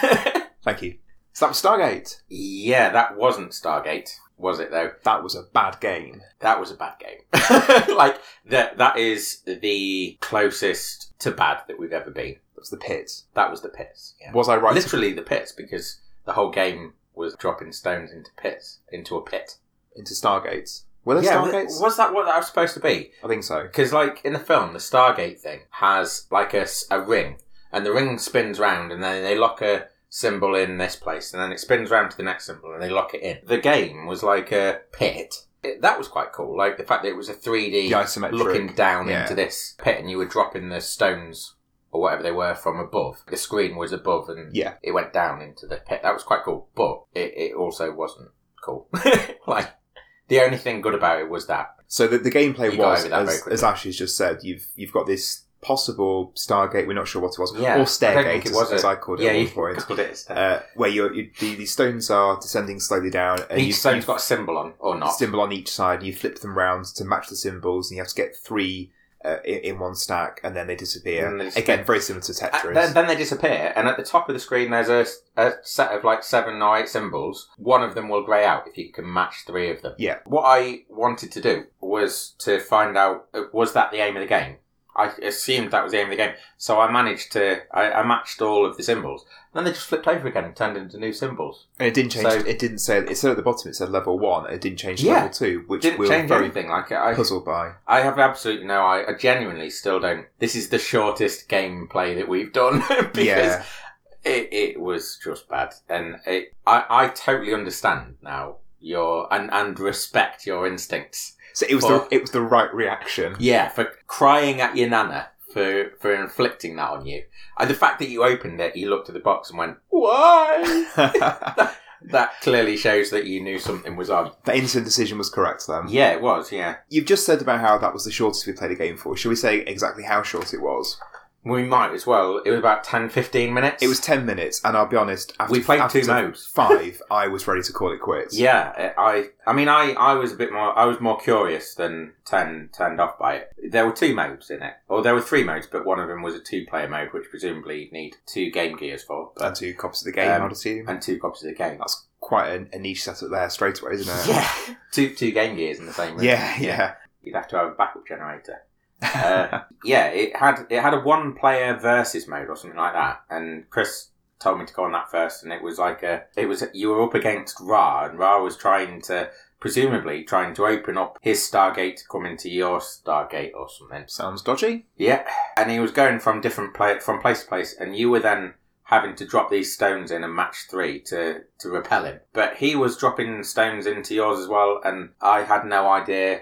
[SPEAKER 2] Thank you. So that was Stargate.
[SPEAKER 1] yeah. That wasn't Stargate, was it though?
[SPEAKER 2] That was a bad game.
[SPEAKER 1] That was a bad game. like that. That is the closest to bad that we've ever been.
[SPEAKER 2] That was the pit.
[SPEAKER 1] That was the pits. Yeah.
[SPEAKER 2] Was I right? to-
[SPEAKER 1] Literally the pits because the whole game was dropping stones into pits into a pit.
[SPEAKER 2] into Stargate. Were there
[SPEAKER 1] yeah,
[SPEAKER 2] Stargates?
[SPEAKER 1] was that what that was supposed to be?
[SPEAKER 2] I think so.
[SPEAKER 1] Because, like, in the film, the Stargate thing has, like, a, s- a ring, and the ring spins round, and then they lock a symbol in this place, and then it spins round to the next symbol, and they lock it in. The game was like a pit. It, that was quite cool. Like, the fact that it was a 3D
[SPEAKER 2] The isometric.
[SPEAKER 1] looking down
[SPEAKER 2] yeah.
[SPEAKER 1] into this pit, and you were dropping the stones or whatever they were from above. The screen was above, and
[SPEAKER 2] Yeah.
[SPEAKER 1] it went down into the pit. That was quite cool, but it, it also wasn't cool. like, the only thing good about it was that.
[SPEAKER 2] So the, the gameplay
[SPEAKER 1] You got
[SPEAKER 2] was,
[SPEAKER 1] over that very
[SPEAKER 2] as,
[SPEAKER 1] quickly.
[SPEAKER 2] as Ashley's just said, you've you've got this possible Stargate. We're not sure what it was,
[SPEAKER 1] Yeah,
[SPEAKER 2] or
[SPEAKER 1] I don't
[SPEAKER 2] Stairgate,
[SPEAKER 1] think it
[SPEAKER 2] as,
[SPEAKER 1] was a-
[SPEAKER 2] as I called it
[SPEAKER 1] yeah,
[SPEAKER 2] at
[SPEAKER 1] you
[SPEAKER 2] one point.
[SPEAKER 1] called it a step.
[SPEAKER 2] Uh, where you're, you the, the stones are descending slowly down, and
[SPEAKER 1] Each
[SPEAKER 2] you,
[SPEAKER 1] stone's
[SPEAKER 2] you
[SPEAKER 1] got a symbol on, or not.
[SPEAKER 2] symbol on each side. You flip them round to match the symbols, and you have to get three uh, in, in one stack, and then they disappear.
[SPEAKER 1] And they disappear.
[SPEAKER 2] Again, very similar to
[SPEAKER 1] Uh,
[SPEAKER 2] Tetris.
[SPEAKER 1] then, then they disappear, and at the top of the screen, there's a, a set of like seven or eight symbols. One of them will grey out if you can match three of them.
[SPEAKER 2] Yeah.
[SPEAKER 1] What I wanted to do was to find out uh, was that the aim of the game? I assumed that was the aim of the game, so I managed to I, I matched all of the symbols. Then they just flipped over again and turned into new symbols.
[SPEAKER 2] and it didn't change.
[SPEAKER 1] so-
[SPEAKER 2] it didn't say. It said at the bottom. It said level one. and It didn't change to
[SPEAKER 1] Yeah.
[SPEAKER 2] level two, which
[SPEAKER 1] Didn't
[SPEAKER 2] we were
[SPEAKER 1] change
[SPEAKER 2] very
[SPEAKER 1] anything. Like I,
[SPEAKER 2] puzzled by.
[SPEAKER 1] I have absolutely no. I, I genuinely still don't. This is the shortest gameplay that we've done because
[SPEAKER 2] yeah,
[SPEAKER 1] it, it was just bad and it, I, I totally understand now your and, and respect your instincts
[SPEAKER 2] so it was
[SPEAKER 1] for-
[SPEAKER 2] the it was the right reaction.
[SPEAKER 1] yeah for crying at your nana for for inflicting that on you and the fact that you opened it you looked at the box and went why that clearly shows that you knew something was on
[SPEAKER 2] The instant decision was correct then.
[SPEAKER 1] yeah it was yeah
[SPEAKER 2] You've just said about how that was the shortest we played a game for. Shall we say exactly how short it was?
[SPEAKER 1] we might as well it was about 10 15 minutes
[SPEAKER 2] It was 10 minutes, and I'll be honest, after,
[SPEAKER 1] We played
[SPEAKER 2] after
[SPEAKER 1] two modes.
[SPEAKER 2] five, I was ready to call it quits.
[SPEAKER 1] Yeah, I, I mean, I, I was a bit more, I was more curious than turned turned off by it. There were two modes in it, or there were three modes, but one of them was a two player mode, which presumably you'd need two Game Gears for,
[SPEAKER 2] And
[SPEAKER 1] but,
[SPEAKER 2] two copies of the game,
[SPEAKER 1] Um,
[SPEAKER 2] I'd assume.
[SPEAKER 1] and two copies of the game.
[SPEAKER 2] That's quite a, a niche setup there straight away, isn't it?
[SPEAKER 1] Yeah, two two Game Gears in the same room.
[SPEAKER 2] Yeah, yeah.
[SPEAKER 1] you'd have to have a backup generator. Uh, yeah, it had it had a one player versus mode or something like that, and Chris told me to go on that first, and it was like a it was you were up against Ra, and Ra was trying to presumably trying to open up his Stargate to come into your Stargate or something.
[SPEAKER 2] Sounds dodgy.
[SPEAKER 1] Yeah, and he was going from different pla from place to place, and you were then having to drop these stones in a match three to to repel him. But he was dropping stones into yours as well, and I had no idea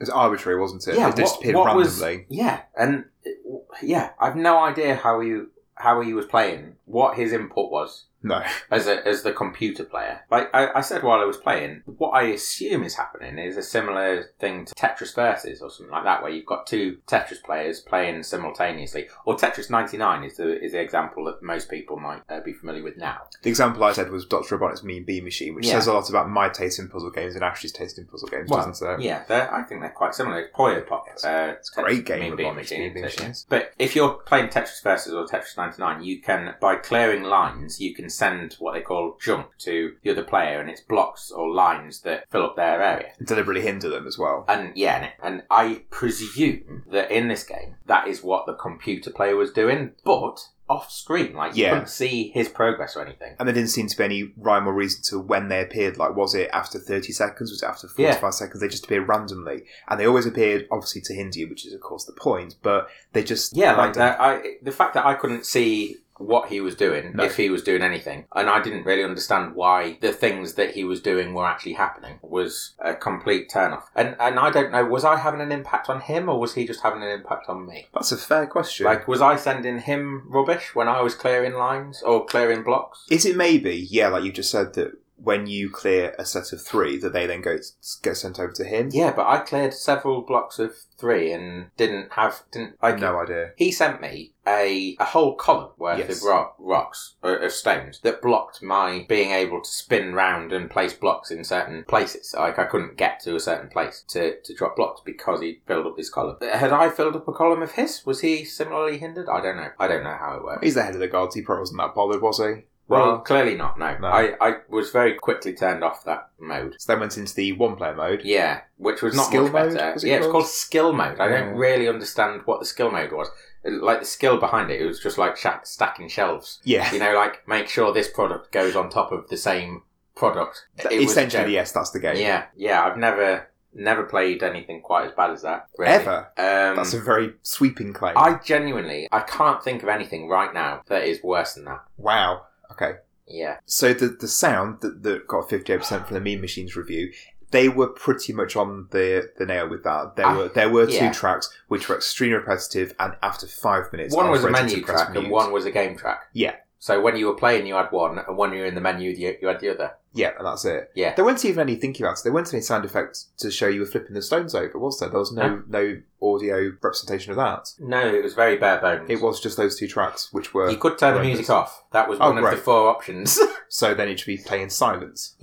[SPEAKER 2] It was arbitrary, wasn't it? it just appeared
[SPEAKER 1] what was-
[SPEAKER 2] randomly.
[SPEAKER 1] yeah, and uh, w- yeah, I've no idea how he how he was playing, what his input was
[SPEAKER 2] No.
[SPEAKER 1] as a as the computer player. Like I, I said while I was playing, what I assume is happening is a similar thing to Tetris Versus or something like that, where you've got two Tetris players playing simultaneously. Or Tetris ninety nine is the is the example that most people might uh, be familiar with now.
[SPEAKER 2] The example I said was Dr. Robotnik's Mean Bee Machine, which
[SPEAKER 1] Yeah.
[SPEAKER 2] says a lot about my taste in puzzle games and Ash's taste in puzzle games, doesn't it?
[SPEAKER 1] Yeah, they're, I think they're quite similar. It's Poyo Pop.
[SPEAKER 2] Yes.
[SPEAKER 1] Uh,
[SPEAKER 2] It's a great game
[SPEAKER 1] Mean
[SPEAKER 2] of
[SPEAKER 1] Bean
[SPEAKER 2] Bond
[SPEAKER 1] Machine,
[SPEAKER 2] Machine,
[SPEAKER 1] isn't it?
[SPEAKER 2] yes.
[SPEAKER 1] But if you're playing Tetris Versus or Tetris 99, you can, by clearing lines, you can send what they call junk to the other player, and it's blocks or lines that fill up their area.
[SPEAKER 2] Deliberately hinder them as well.
[SPEAKER 1] And yeah, and, it- and I presume that in this game, that is what the computer player was doing, but off screen. Like you
[SPEAKER 2] Yeah.
[SPEAKER 1] couldn't see his progress or anything.
[SPEAKER 2] And there didn't seem to be any rhyme or reason to when they appeared. Like, was it after 30 seconds? Was it after 45 seconds? They just appeared randomly. And they always appeared, obviously, to Hindi, which is, of course, the point. But they just.
[SPEAKER 1] Yeah, like
[SPEAKER 2] random-
[SPEAKER 1] that. I the fact that I couldn't see what he was doing
[SPEAKER 2] No.
[SPEAKER 1] if he was doing anything, and I didn't really understand why the things that he was doing were actually happening was a complete turn off. And and I don't know, was I having an impact on him or was he just having an impact on me?
[SPEAKER 2] That's a fair question.
[SPEAKER 1] Like, was I sending him rubbish when I was clearing lines or clearing blocks?
[SPEAKER 2] Is it maybe, yeah, like you just said, that when you clear a set of three, that they then go get sent over to him?
[SPEAKER 1] Yeah, but I cleared several blocks of three and didn't have didn't
[SPEAKER 2] I
[SPEAKER 1] like
[SPEAKER 2] have no idea.
[SPEAKER 1] He sent me a, a whole column worth
[SPEAKER 2] Yes.
[SPEAKER 1] of rock, rocks, uh, of stones, that blocked my being able to spin round and place blocks in certain places. Like, I couldn't get to a certain place to, to drop blocks because he filled up his column. Had I filled up a column of his? Was he similarly hindered? I don't know. I don't know how it works.
[SPEAKER 2] He's the head of the gods. He probably wasn't that bothered, was he?
[SPEAKER 1] Well, clearly not, no.
[SPEAKER 2] No.
[SPEAKER 1] I, I was very quickly turned off that mode.
[SPEAKER 2] So then went into the one player mode.
[SPEAKER 1] Yeah, which was not
[SPEAKER 2] Skill
[SPEAKER 1] much
[SPEAKER 2] mode,
[SPEAKER 1] better.
[SPEAKER 2] was it
[SPEAKER 1] yeah, it was
[SPEAKER 2] called?
[SPEAKER 1] called skill mode. I don't
[SPEAKER 2] Yeah.
[SPEAKER 1] really understand what the skill mode was. Like the skill behind it, it was just like sha stacking shelves.
[SPEAKER 2] Yeah.
[SPEAKER 1] You know, like make sure this product goes on top of the same product. It was
[SPEAKER 2] Essentially,
[SPEAKER 1] dope.
[SPEAKER 2] yes, that's the game.
[SPEAKER 1] Yeah, yeah. I've never never played anything quite as bad as that. Really.
[SPEAKER 2] Ever.
[SPEAKER 1] Um,
[SPEAKER 2] That's a very sweeping claim.
[SPEAKER 1] I genuinely, I can't think of anything right now that is worse than that.
[SPEAKER 2] Wow. Okay.
[SPEAKER 1] Yeah.
[SPEAKER 2] So the the sound that, that got fifty eight percent from the Mean Machines review, they were pretty much on the the nail with that. There
[SPEAKER 1] Ah,
[SPEAKER 2] were there were
[SPEAKER 1] yeah.
[SPEAKER 2] two tracks which were extremely repetitive, and after five minutes, I
[SPEAKER 1] one was a
[SPEAKER 2] ready to
[SPEAKER 1] menu
[SPEAKER 2] press
[SPEAKER 1] track and
[SPEAKER 2] mute.
[SPEAKER 1] one was a game track.
[SPEAKER 2] Yeah.
[SPEAKER 1] So when you were playing, you had one, and when you were in the menu, you, you had the other.
[SPEAKER 2] Yeah, and that's it.
[SPEAKER 1] Yeah.
[SPEAKER 2] There weren't even any thinking about it. There weren't any sound effects to show you were flipping the stones over, was there? There was no no audio representation of that.
[SPEAKER 1] No, it was very bare bones.
[SPEAKER 2] It was just those two tracks, which were
[SPEAKER 1] You could turn the
[SPEAKER 2] horrendous.
[SPEAKER 1] music off. That was
[SPEAKER 2] Oh,
[SPEAKER 1] one of
[SPEAKER 2] great.
[SPEAKER 1] the four options.
[SPEAKER 2] so then it should be playing in silence.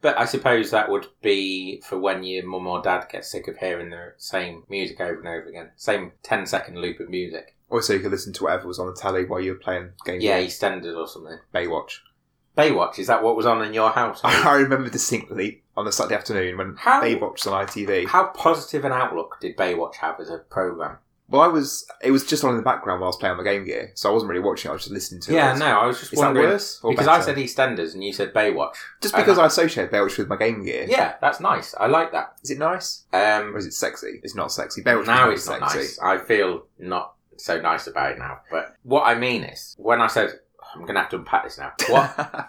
[SPEAKER 1] but I suppose that would be for when your mum or dad gets sick of hearing the same music over and over again. Same 10 second loop of music.
[SPEAKER 2] Also, you could listen to whatever was on the telly while you were playing games.
[SPEAKER 1] Yeah, EastEnders or something.
[SPEAKER 2] Baywatch.
[SPEAKER 1] Baywatch, is that what was on in your house?
[SPEAKER 2] I remember distinctly on a Saturday afternoon when
[SPEAKER 1] How-
[SPEAKER 2] Baywatch was on ITV.
[SPEAKER 1] How positive an outlook did Baywatch have as a programme?
[SPEAKER 2] well, I was. It was just on in the background while I was playing on my Game Gear, so I wasn't really watching. it, I was just listening to
[SPEAKER 1] Yeah,
[SPEAKER 2] it.
[SPEAKER 1] no, I was just
[SPEAKER 2] Is that
[SPEAKER 1] wondering.
[SPEAKER 2] worse or
[SPEAKER 1] because I
[SPEAKER 2] better?
[SPEAKER 1] said EastEnders and you said Baywatch.
[SPEAKER 2] just
[SPEAKER 1] I
[SPEAKER 2] because
[SPEAKER 1] know.
[SPEAKER 2] I, associate Baywatch with my Game Gear.
[SPEAKER 1] Yeah, that's nice. I like that.
[SPEAKER 2] Is it nice
[SPEAKER 1] Um,
[SPEAKER 2] or is it sexy? It's not sexy. Baywatch was
[SPEAKER 1] now
[SPEAKER 2] never
[SPEAKER 1] it's not
[SPEAKER 2] sexy.
[SPEAKER 1] nice. I feel not so nice about it now. But what I mean is, when I said I'm going to have to unpack this now, what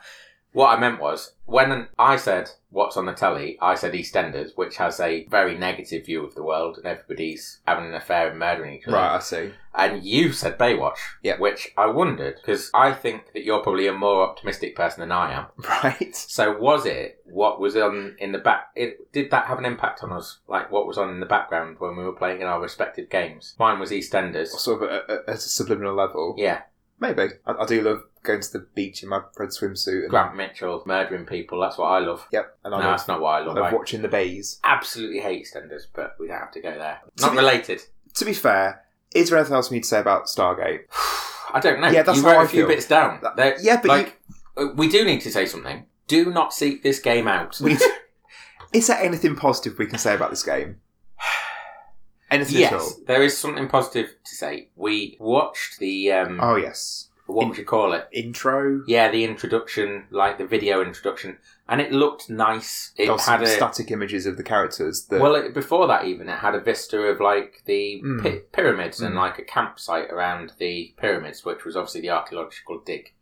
[SPEAKER 1] what I meant was when I said what's on the telly, I said EastEnders, which has a very negative view of the world and everybody's having an affair and murdering each other.
[SPEAKER 2] right, I see.
[SPEAKER 1] And you said Baywatch,
[SPEAKER 2] Yeah.
[SPEAKER 1] which I wondered because I think that you're probably a more optimistic person than I am.
[SPEAKER 2] Right.
[SPEAKER 1] So was it what was on in the back? It, did that have an impact on us? Like what was on in the background when we were playing in our respective games? Mine was EastEnders.
[SPEAKER 2] Sort of at a, at a subliminal level.
[SPEAKER 1] Yeah,
[SPEAKER 2] Maybe. I, I do love going to the beach in my red swimsuit. And,
[SPEAKER 1] Grant Mitchell murdering people. That's what I love.
[SPEAKER 2] Yep. And I
[SPEAKER 1] No,
[SPEAKER 2] love,
[SPEAKER 1] that's not what I
[SPEAKER 2] I
[SPEAKER 1] love.
[SPEAKER 2] love
[SPEAKER 1] I
[SPEAKER 2] watching the bays.
[SPEAKER 1] absolutely hate EastEnders, but we don't have to go there.
[SPEAKER 2] To
[SPEAKER 1] Not
[SPEAKER 2] be-
[SPEAKER 1] related.
[SPEAKER 2] To be fair, is there anything else we need to say about Stargate?
[SPEAKER 1] I don't know.
[SPEAKER 2] Yeah, that's
[SPEAKER 1] you
[SPEAKER 2] how
[SPEAKER 1] wrote
[SPEAKER 2] I
[SPEAKER 1] a few
[SPEAKER 2] feel.
[SPEAKER 1] bits down.
[SPEAKER 2] That-
[SPEAKER 1] There-
[SPEAKER 2] Yeah, but you-
[SPEAKER 1] like uh, we do need to say something. Do not seek this game out.
[SPEAKER 2] We- is there anything positive we can say about this game? Anything at all?
[SPEAKER 1] yes, there is something positive to say. We watched the um,
[SPEAKER 2] Oh yes.
[SPEAKER 1] what would you call it?
[SPEAKER 2] Intro.
[SPEAKER 1] Yeah, the introduction, like the video introduction, and it looked nice. It
[SPEAKER 2] There was
[SPEAKER 1] had
[SPEAKER 2] some
[SPEAKER 1] a
[SPEAKER 2] static images of the characters. That,
[SPEAKER 1] well, it, before that even, it had a vista of like the
[SPEAKER 2] Mm.
[SPEAKER 1] pi- pyramids and
[SPEAKER 2] Mm.
[SPEAKER 1] like a campsite around the pyramids, which was obviously the archaeological dig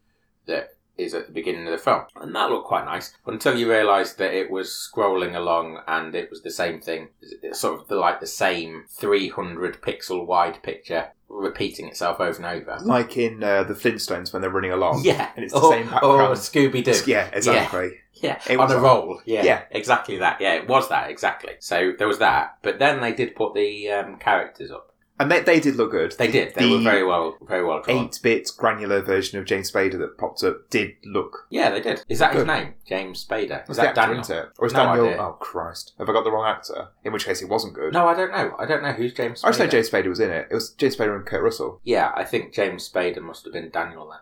[SPEAKER 1] that is at the beginning of the film, and that looked quite nice until you realised that it was scrolling along and it was the same thing, sort of the, like the same three hundred pixel wide picture repeating itself over and over.
[SPEAKER 2] like in uh, the Flintstones when they're running along.
[SPEAKER 1] Yeah, Oh,
[SPEAKER 2] And it's the
[SPEAKER 1] or,
[SPEAKER 2] same background.
[SPEAKER 1] Scooby Doo.
[SPEAKER 2] Yeah, exactly.
[SPEAKER 1] Yeah,
[SPEAKER 2] It
[SPEAKER 1] on
[SPEAKER 2] was
[SPEAKER 1] a
[SPEAKER 2] like-
[SPEAKER 1] roll. Yeah,
[SPEAKER 2] Yeah.
[SPEAKER 1] exactly that. Yeah, it was that exactly. So there was that, but then they did put the um, characters up.
[SPEAKER 2] And they, they did look good.
[SPEAKER 1] They did. They
[SPEAKER 2] The
[SPEAKER 1] were very well, very well drawn.
[SPEAKER 2] Eight-bit granular version of James Spader that popped up did look.
[SPEAKER 1] Yeah, they did. Is that his
[SPEAKER 2] Good.
[SPEAKER 1] name? James Spader. Is
[SPEAKER 2] Was
[SPEAKER 1] that
[SPEAKER 2] the actor,
[SPEAKER 1] Daniel?
[SPEAKER 2] isn't it? Or is
[SPEAKER 1] No
[SPEAKER 2] Daniel?
[SPEAKER 1] idea.
[SPEAKER 2] Oh Christ! Have I got the wrong actor? In which case, it wasn't good.
[SPEAKER 1] No, I don't know. I don't know who's James. Spader.
[SPEAKER 2] I just know James Spader was in it. It was James Spader and Kurt Russell.
[SPEAKER 1] Yeah, I think James Spader must have been Daniel then,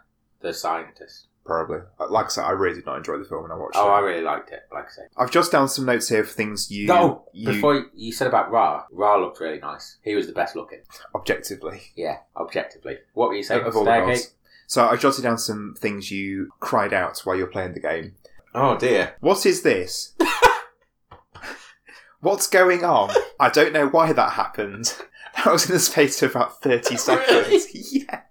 [SPEAKER 1] the scientist.
[SPEAKER 2] probably. Uh, Like I said, I really did not enjoy the film when I watched
[SPEAKER 1] Oh, I
[SPEAKER 2] it.
[SPEAKER 1] really liked it. Like I say,
[SPEAKER 2] I've just down some notes here for things you,
[SPEAKER 1] no.
[SPEAKER 2] you
[SPEAKER 1] Before you, you said about Ra, Ra looked really nice. He was the best looking.
[SPEAKER 2] objectively.
[SPEAKER 1] Yeah, objectively. What were you saying?
[SPEAKER 2] Of all the
[SPEAKER 1] Stairgate?
[SPEAKER 2] gods. So I jotted down some things you cried out while you're playing the game.
[SPEAKER 1] Oh dear.
[SPEAKER 2] What is this? What's going on? I don't know why that happened. That was in the space of about 30 seconds. Yeah.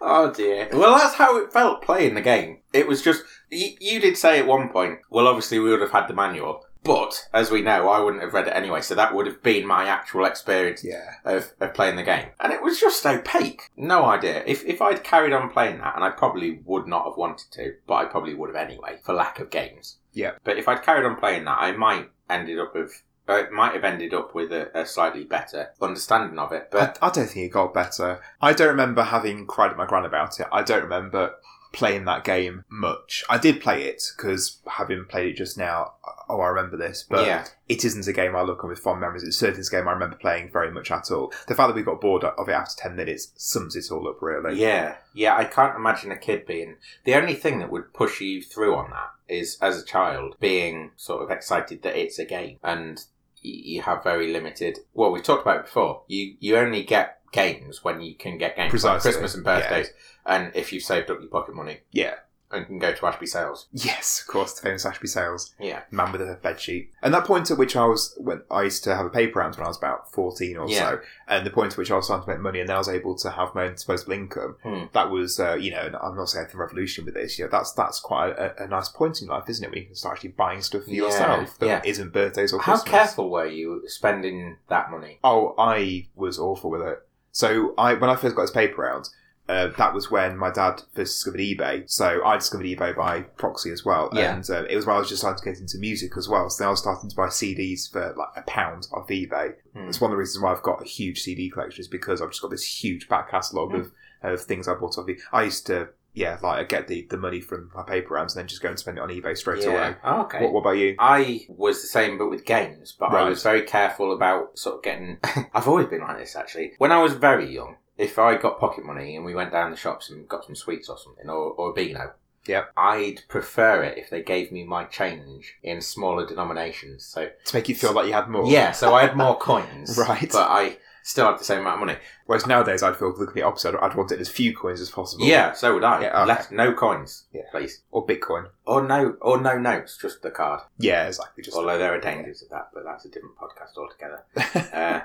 [SPEAKER 1] Oh dear. Well, that's how it felt playing the game. It was just you, you did say at one point. Well, obviously we would have had the manual, but as we know, I wouldn't have read it anyway. So that would have been my actual experience
[SPEAKER 2] Yeah.
[SPEAKER 1] of, of playing the game, and it was just opaque. No idea. If if I'd carried on playing that, and I probably would not have wanted to, but I probably would have anyway for lack of games.
[SPEAKER 2] Yeah.
[SPEAKER 1] But if I'd carried on playing that, I might ended up with. uh, It might have ended up with a, a slightly better understanding of it, but
[SPEAKER 2] I, I don't think it got better. I don't remember having cried at my gran about it. I don't remember playing that game much. I did play it because having played it just now, oh, I remember this. But
[SPEAKER 1] yeah,
[SPEAKER 2] it isn't a game I look on with fond memories. It's certainly a game I remember playing very much at all. The fact that we got bored of it after ten minutes sums it all up, really.
[SPEAKER 1] yeah, yeah. I can't imagine a kid being the only thing that would push you through on that is as a child being sort of excited that it's a game and y- you have very limited. Well, we talked about it before. You you only get games when you can get games like
[SPEAKER 2] Precisely,
[SPEAKER 1] Christmas and
[SPEAKER 2] yeah.
[SPEAKER 1] birthdays, and if you've saved up your pocket money,
[SPEAKER 2] Yeah.
[SPEAKER 1] and can go to Ashby Sales.
[SPEAKER 2] Yes, of course, the famous Ashby Sales.
[SPEAKER 1] Yeah,
[SPEAKER 2] man with a bed sheet. And that point at which I was when I used to have a paper round when I was about fourteen or
[SPEAKER 1] Yeah.
[SPEAKER 2] so, and the point at which I was starting to make money and then I was able to have my own disposable income.
[SPEAKER 1] Hmm.
[SPEAKER 2] That was, uh, you know, and I'm not saying the revolution with this. You know, that's that's quite a, a nice point in life, isn't it? When you can start actually buying stuff for
[SPEAKER 1] Yeah,
[SPEAKER 2] yourself that
[SPEAKER 1] yeah.
[SPEAKER 2] isn't birthdays or
[SPEAKER 1] how
[SPEAKER 2] Christmas.
[SPEAKER 1] careful were you spending that money?
[SPEAKER 2] Oh, I was awful with it. So I when I first got this paper round, uh, that was when my dad first discovered eBay. So I discovered eBay by proxy as well,
[SPEAKER 1] Yeah.
[SPEAKER 2] and uh, it was when I was just starting to get into music as well. So then I was starting to buy CDs for like a pound off eBay.
[SPEAKER 1] Hmm.
[SPEAKER 2] It's one of the reasons why I've got a huge CD collection is because I've just got this huge back catalogue
[SPEAKER 1] Hmm.
[SPEAKER 2] of of things I bought off. E- I used to yeah like I'd get the the money from my paper rounds and then just go and spend it on eBay straight away.
[SPEAKER 1] Oh, okay.
[SPEAKER 2] What, what about you?
[SPEAKER 1] I was the same, but with games. But I
[SPEAKER 2] Right.
[SPEAKER 1] was very careful about sort of getting. I've always been like this, actually. When I was very young, if I got pocket money and we went down the shops and got some sweets or something, or, or a Beano,
[SPEAKER 2] Yep.
[SPEAKER 1] I'd prefer it if they gave me my change in smaller denominations. So
[SPEAKER 2] To make you feel like you had more.
[SPEAKER 1] yeah, so I had more coins,
[SPEAKER 2] Oh. Right.
[SPEAKER 1] But I still had the same amount of money.
[SPEAKER 2] Whereas nowadays I'd feel the complete opposite. I'd want it as few coins as possible.
[SPEAKER 1] Yeah, so would I.
[SPEAKER 2] Yeah, okay.
[SPEAKER 1] Less, no coins,
[SPEAKER 2] Yeah.
[SPEAKER 1] please,
[SPEAKER 2] Or Bitcoin.
[SPEAKER 1] or no, or no notes, just the card.
[SPEAKER 2] Yeah, exactly. Just
[SPEAKER 1] Although there are dangers of that, but that's a different podcast altogether. uh,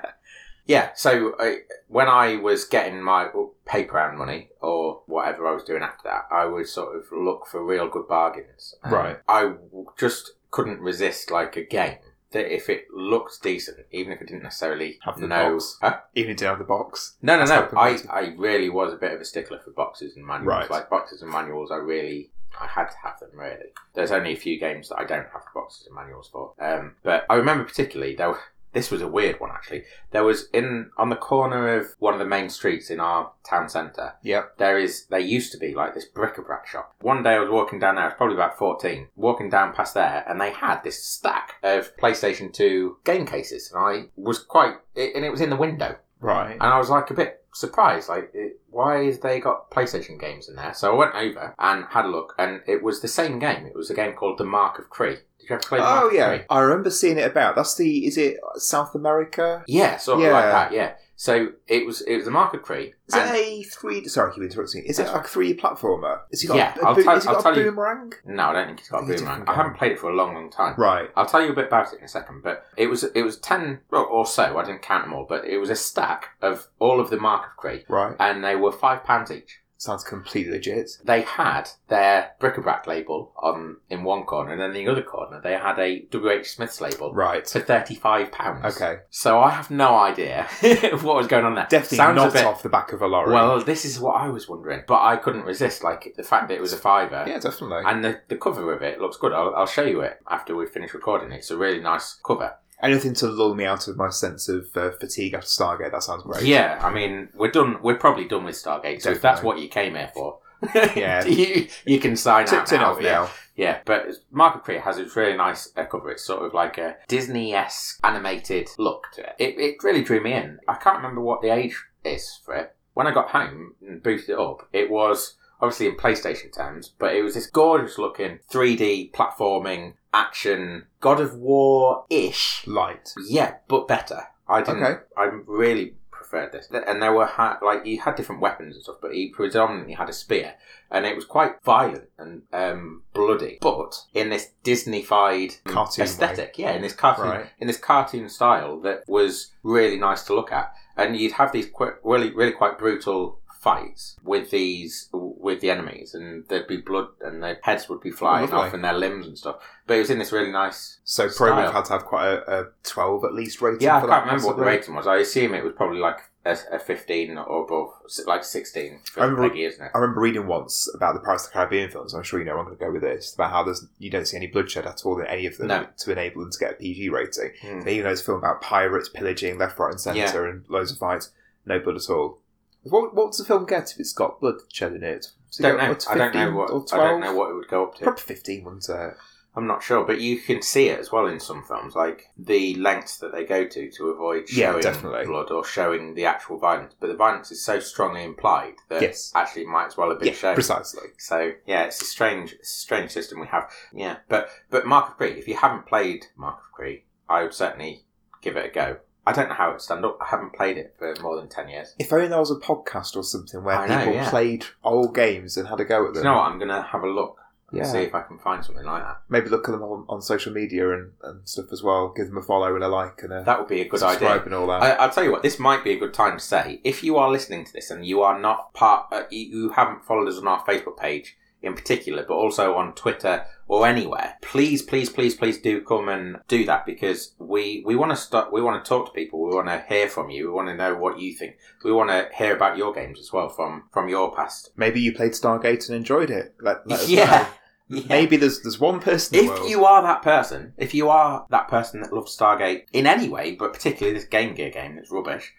[SPEAKER 1] yeah, so I, when I was getting my oh, paper round money or whatever I was doing after that, I would sort of look for real good bargains. And
[SPEAKER 2] Right.
[SPEAKER 1] I w- just couldn't resist like a game that if it looked decent, even if it didn't necessarily
[SPEAKER 2] Have the
[SPEAKER 1] know.
[SPEAKER 2] box.
[SPEAKER 1] Huh?
[SPEAKER 2] even down the box.
[SPEAKER 1] No, no, no.
[SPEAKER 2] That's
[SPEAKER 1] I,
[SPEAKER 2] happened.
[SPEAKER 1] I really was a bit of a stickler for boxes and manuals.
[SPEAKER 2] Right.
[SPEAKER 1] Like boxes and manuals, I really I had to have them. Really, there's only a few games that I don't have boxes and manuals for. Um, but I remember particularly there. were- This was a weird one actually. There was in on the corner of one of the main streets in our town centre.
[SPEAKER 2] Yep.
[SPEAKER 1] There is there used to be like this bric-a-brac shop. One day I was walking down there. I was probably about fourteen, walking down past there, and they had this stack of PlayStation Two game cases, and I was quite and it was in the window.
[SPEAKER 2] Right.
[SPEAKER 1] And I was like a bit surprised, like it, why is they got PlayStation games in there? So I went over and had a look, and it was the same game. It was a game called The Mark of Cree. Did you ever play? The Mark
[SPEAKER 2] Oh
[SPEAKER 1] of
[SPEAKER 2] yeah,
[SPEAKER 1] Cree?
[SPEAKER 2] I remember seeing it about. That's the is it South America?
[SPEAKER 1] yeah, sort of like
[SPEAKER 2] Yeah.
[SPEAKER 1] that. Yeah. So it was it was The Mark of Cree.
[SPEAKER 2] Is it
[SPEAKER 1] and-
[SPEAKER 2] a three? Sorry, keep interrupting. Is it a three platformer? Is he got
[SPEAKER 1] Yeah,
[SPEAKER 2] a,
[SPEAKER 1] I'll
[SPEAKER 2] bo-
[SPEAKER 1] tell-
[SPEAKER 2] has he
[SPEAKER 1] I'll
[SPEAKER 2] got
[SPEAKER 1] tell
[SPEAKER 2] a
[SPEAKER 1] you.
[SPEAKER 2] boomerang?
[SPEAKER 1] no, I don't think it's got a
[SPEAKER 2] It's a
[SPEAKER 1] boomerang.
[SPEAKER 2] different
[SPEAKER 1] I
[SPEAKER 2] game.
[SPEAKER 1] haven't played it for a long, long time.
[SPEAKER 2] Right.
[SPEAKER 1] I'll tell you a bit about it in a second, but it was it was ten or- or so. I didn't count them all, but it was a stack of all of the Mark of Cree,
[SPEAKER 2] Right.
[SPEAKER 1] and they were five pounds each.
[SPEAKER 2] Sounds completely legit.
[SPEAKER 1] they had their bric-a-brac label on in one corner, and then in the other corner they had a WH Smith's label
[SPEAKER 2] Right.
[SPEAKER 1] for thirty-five pounds.
[SPEAKER 2] Okay.
[SPEAKER 1] so I have no idea what was going on there.
[SPEAKER 2] Definitely
[SPEAKER 1] Sounds
[SPEAKER 2] not
[SPEAKER 1] a bit,
[SPEAKER 2] off the back of a lorry.
[SPEAKER 1] Well, this is what I was wondering, but I couldn't resist like the fact that it was a fiver.
[SPEAKER 2] yeah, definitely.
[SPEAKER 1] And the, the cover of it looks good. I'll, I'll show you it after we finish recording. It's a really nice cover.
[SPEAKER 2] Anything to lull me out of my sense of uh, fatigue after Stargate. That sounds great.
[SPEAKER 1] Yeah, I mean, we're done. We're probably done with Stargate. So if that's
[SPEAKER 2] Definitely.
[SPEAKER 1] what you came here for,
[SPEAKER 2] Yeah.
[SPEAKER 1] you, you can sign
[SPEAKER 2] T-
[SPEAKER 1] out
[SPEAKER 2] turn
[SPEAKER 1] now.
[SPEAKER 2] off
[SPEAKER 1] yeah.
[SPEAKER 2] now.
[SPEAKER 1] Yeah, but Market Crate has this really nice uh, cover. It's sort of like a Disney esque animated look to it. it. It really drew me in. I can't remember what the age is for it. When I got home and booted it up, it was obviously in PlayStation terms, but it was this gorgeous looking 3D platforming action God of War ish.
[SPEAKER 2] Light.
[SPEAKER 1] Yeah, but better. I didn't.
[SPEAKER 2] Okay.
[SPEAKER 1] I really preferred this, and there were ha- like you had different weapons and stuff, but he predominantly had a spear, and it was quite violent and um, bloody, but in this Disneyfied
[SPEAKER 2] Cartoon way.
[SPEAKER 1] aesthetic. Yeah, in this cartoon,
[SPEAKER 2] Right.
[SPEAKER 1] in this cartoon style that was really nice to look at, and you'd have these quick, really, really quite brutal fights with these with the enemies and there'd be blood and their heads would be flying
[SPEAKER 2] lovely.
[SPEAKER 1] off and their limbs and stuff but it was in this really nice
[SPEAKER 2] So Pro
[SPEAKER 1] Style.
[SPEAKER 2] Evolve had to have quite a, a 12 at least rating
[SPEAKER 1] yeah, I
[SPEAKER 2] for
[SPEAKER 1] can't
[SPEAKER 2] that.
[SPEAKER 1] remember what the
[SPEAKER 2] possibly.
[SPEAKER 1] rating was. I assume it was probably like a, a 15 or above, s- like 16 for
[SPEAKER 2] I remember-
[SPEAKER 1] Peggy, isn't it?
[SPEAKER 2] I remember reading once about the Pirates of the Caribbean films. I'm sure you know where I'm going to go with this about how there's you don't see any bloodshed at all in any of them
[SPEAKER 1] No.
[SPEAKER 2] to enable them to get a PG rating.
[SPEAKER 1] Hmm.
[SPEAKER 2] Even though it's a film about pirates pillaging left, right, and centre and loads of fights, no blood at all. What what does the film get if it's got bloodshed in it? Does it
[SPEAKER 1] Don't
[SPEAKER 2] go
[SPEAKER 1] know.
[SPEAKER 2] up to
[SPEAKER 1] I don't
[SPEAKER 2] 15
[SPEAKER 1] know
[SPEAKER 2] or
[SPEAKER 1] what. I
[SPEAKER 2] 12?
[SPEAKER 1] don't know what it would go up to.
[SPEAKER 2] Probably fifteen, wasn't it?
[SPEAKER 1] I'm not sure, but you can see it as well in some films, like the lengths that they go to to avoid
[SPEAKER 2] Yeah,
[SPEAKER 1] showing
[SPEAKER 2] definitely.
[SPEAKER 1] blood or showing the actual violence. But the violence is so strongly implied that
[SPEAKER 2] Yes.
[SPEAKER 1] actually it might as well have been
[SPEAKER 2] Yeah,
[SPEAKER 1] shown.
[SPEAKER 2] precisely.
[SPEAKER 1] So yeah, it's a strange, strange system we have. Yeah, but but Mark of Cree. If you haven't played Mark of Cree, I would certainly give it a go. I don't know how it's stand up. I haven't played it for more than ten years.
[SPEAKER 2] If only there was a podcast or something where
[SPEAKER 1] I know,
[SPEAKER 2] people
[SPEAKER 1] yeah.
[SPEAKER 2] played old games and had a go at
[SPEAKER 1] Do
[SPEAKER 2] them.
[SPEAKER 1] you know what? I'm gonna have a look and
[SPEAKER 2] Yeah.
[SPEAKER 1] see if I can find something like that.
[SPEAKER 2] Maybe look at them on, on social media and, and stuff as well. Give them a follow and a like and a
[SPEAKER 1] That would be a good
[SPEAKER 2] subscribe
[SPEAKER 1] idea.
[SPEAKER 2] and all that.
[SPEAKER 1] I, I'll tell you what, this might be a good time to say if you are listening to this and you are not part, uh, you, you haven't followed us on our Facebook page in particular, but also on Twitter or anywhere, please, please, please, please do come and do that because we we want to start, we want to talk to people, we want to hear from you, we want to know what you think, we want to hear about your games as well from from your past.
[SPEAKER 2] Maybe you played Stargate and enjoyed it. Let, let us know.
[SPEAKER 1] Yeah.
[SPEAKER 2] Maybe there's there's one person in the
[SPEAKER 1] If
[SPEAKER 2] world.
[SPEAKER 1] you are that person, if you are that person that loves Stargate in any way, but particularly this Game Gear game that's rubbish,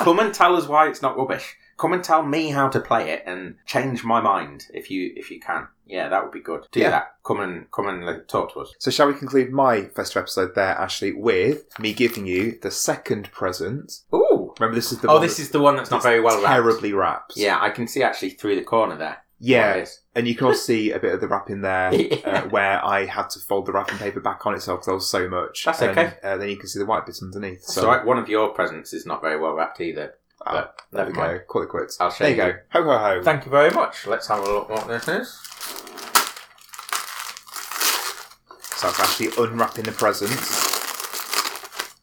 [SPEAKER 1] come and tell us why it's not rubbish. Come and tell me how to play it and change my mind if you if you can. Yeah, that would be good. Do
[SPEAKER 2] Yeah.
[SPEAKER 1] that. Come and come and like, talk to us.
[SPEAKER 2] So shall we conclude my festive episode there, Ashley, with me giving you the second present.
[SPEAKER 1] Ooh.
[SPEAKER 2] Remember, this is the
[SPEAKER 1] Oh,
[SPEAKER 2] one
[SPEAKER 1] this
[SPEAKER 2] that's-
[SPEAKER 1] is the one that's not
[SPEAKER 2] that's
[SPEAKER 1] very well wrapped.
[SPEAKER 2] terribly wrapped.
[SPEAKER 1] Yeah, I can see actually through the corner there.
[SPEAKER 2] yeah.
[SPEAKER 1] what it is.
[SPEAKER 2] And you can also see a bit of the wrapping there,
[SPEAKER 1] Yeah.
[SPEAKER 2] uh, where I had to fold the wrapping paper back on itself because there was so much.
[SPEAKER 1] That's
[SPEAKER 2] And,
[SPEAKER 1] okay.
[SPEAKER 2] Uh, then you can see the white bits underneath.
[SPEAKER 1] That's
[SPEAKER 2] So
[SPEAKER 1] all right. One of your presents is not very well wrapped either.
[SPEAKER 2] Ah,
[SPEAKER 1] but
[SPEAKER 2] there
[SPEAKER 1] never
[SPEAKER 2] we
[SPEAKER 1] mind.
[SPEAKER 2] go. Call it quits.
[SPEAKER 1] I'll show
[SPEAKER 2] there you
[SPEAKER 1] you.
[SPEAKER 2] go. Ho ho ho.
[SPEAKER 1] Thank you very much. Let's have a look what this is.
[SPEAKER 2] so I'm actually unwrapping the present,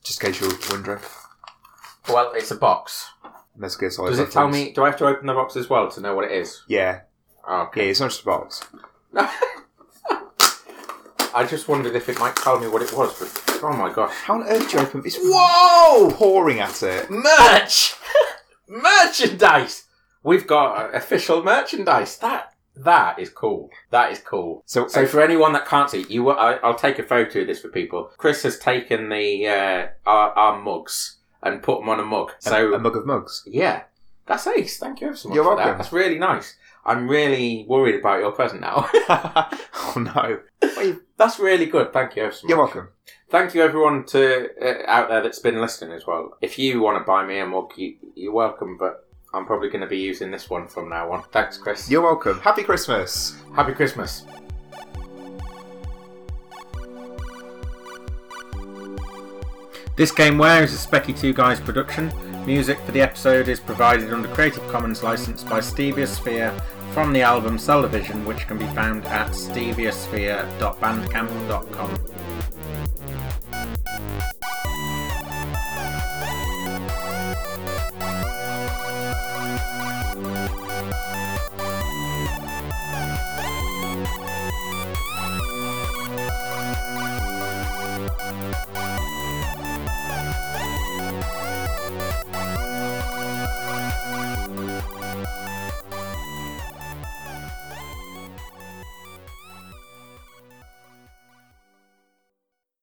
[SPEAKER 2] just in case you were wondering.
[SPEAKER 1] Well, it's a box.
[SPEAKER 2] And Let's get solid
[SPEAKER 1] Does it tell
[SPEAKER 2] reference.
[SPEAKER 1] me? Do I have to open the box as well to know what it is? Oh,
[SPEAKER 2] Yeah, yeah.
[SPEAKER 1] Okay.
[SPEAKER 2] It's not just a box.
[SPEAKER 1] I just wondered if it might tell me what it was, but oh my gosh.
[SPEAKER 2] How on earth do you open? It's
[SPEAKER 1] Whoa!
[SPEAKER 2] pouring at it.
[SPEAKER 1] Merch! merchandise! We've got uh, official merchandise. That that is cool. That is cool.
[SPEAKER 2] So,
[SPEAKER 1] So for anyone that can't see, you I, I'll take a photo of this for people. Chris has taken the uh, our, our mugs and put them on a mug. So
[SPEAKER 2] a, a mug of mugs.
[SPEAKER 1] Yeah, that's ace. Thank you ever so much
[SPEAKER 2] You're
[SPEAKER 1] for that.
[SPEAKER 2] welcome.
[SPEAKER 1] That's really nice. I'm really worried about your present now.
[SPEAKER 2] oh no!
[SPEAKER 1] that's really good. Thank you ever so much.
[SPEAKER 2] You're welcome.
[SPEAKER 1] Thank you everyone to uh, out there that's been listening as well. If you want to buy me a mug, you, you're welcome. But I'm probably going to be using this one from now on. Thanks, Chris.
[SPEAKER 2] You're welcome. Happy Christmas.
[SPEAKER 1] Happy Christmas. This Gameware is a Specky 2 Guys production. Music for the episode is provided under Creative Commons license by Steviosphere from the album Cell Division, which can be found at steviosphere.bandcamp.com.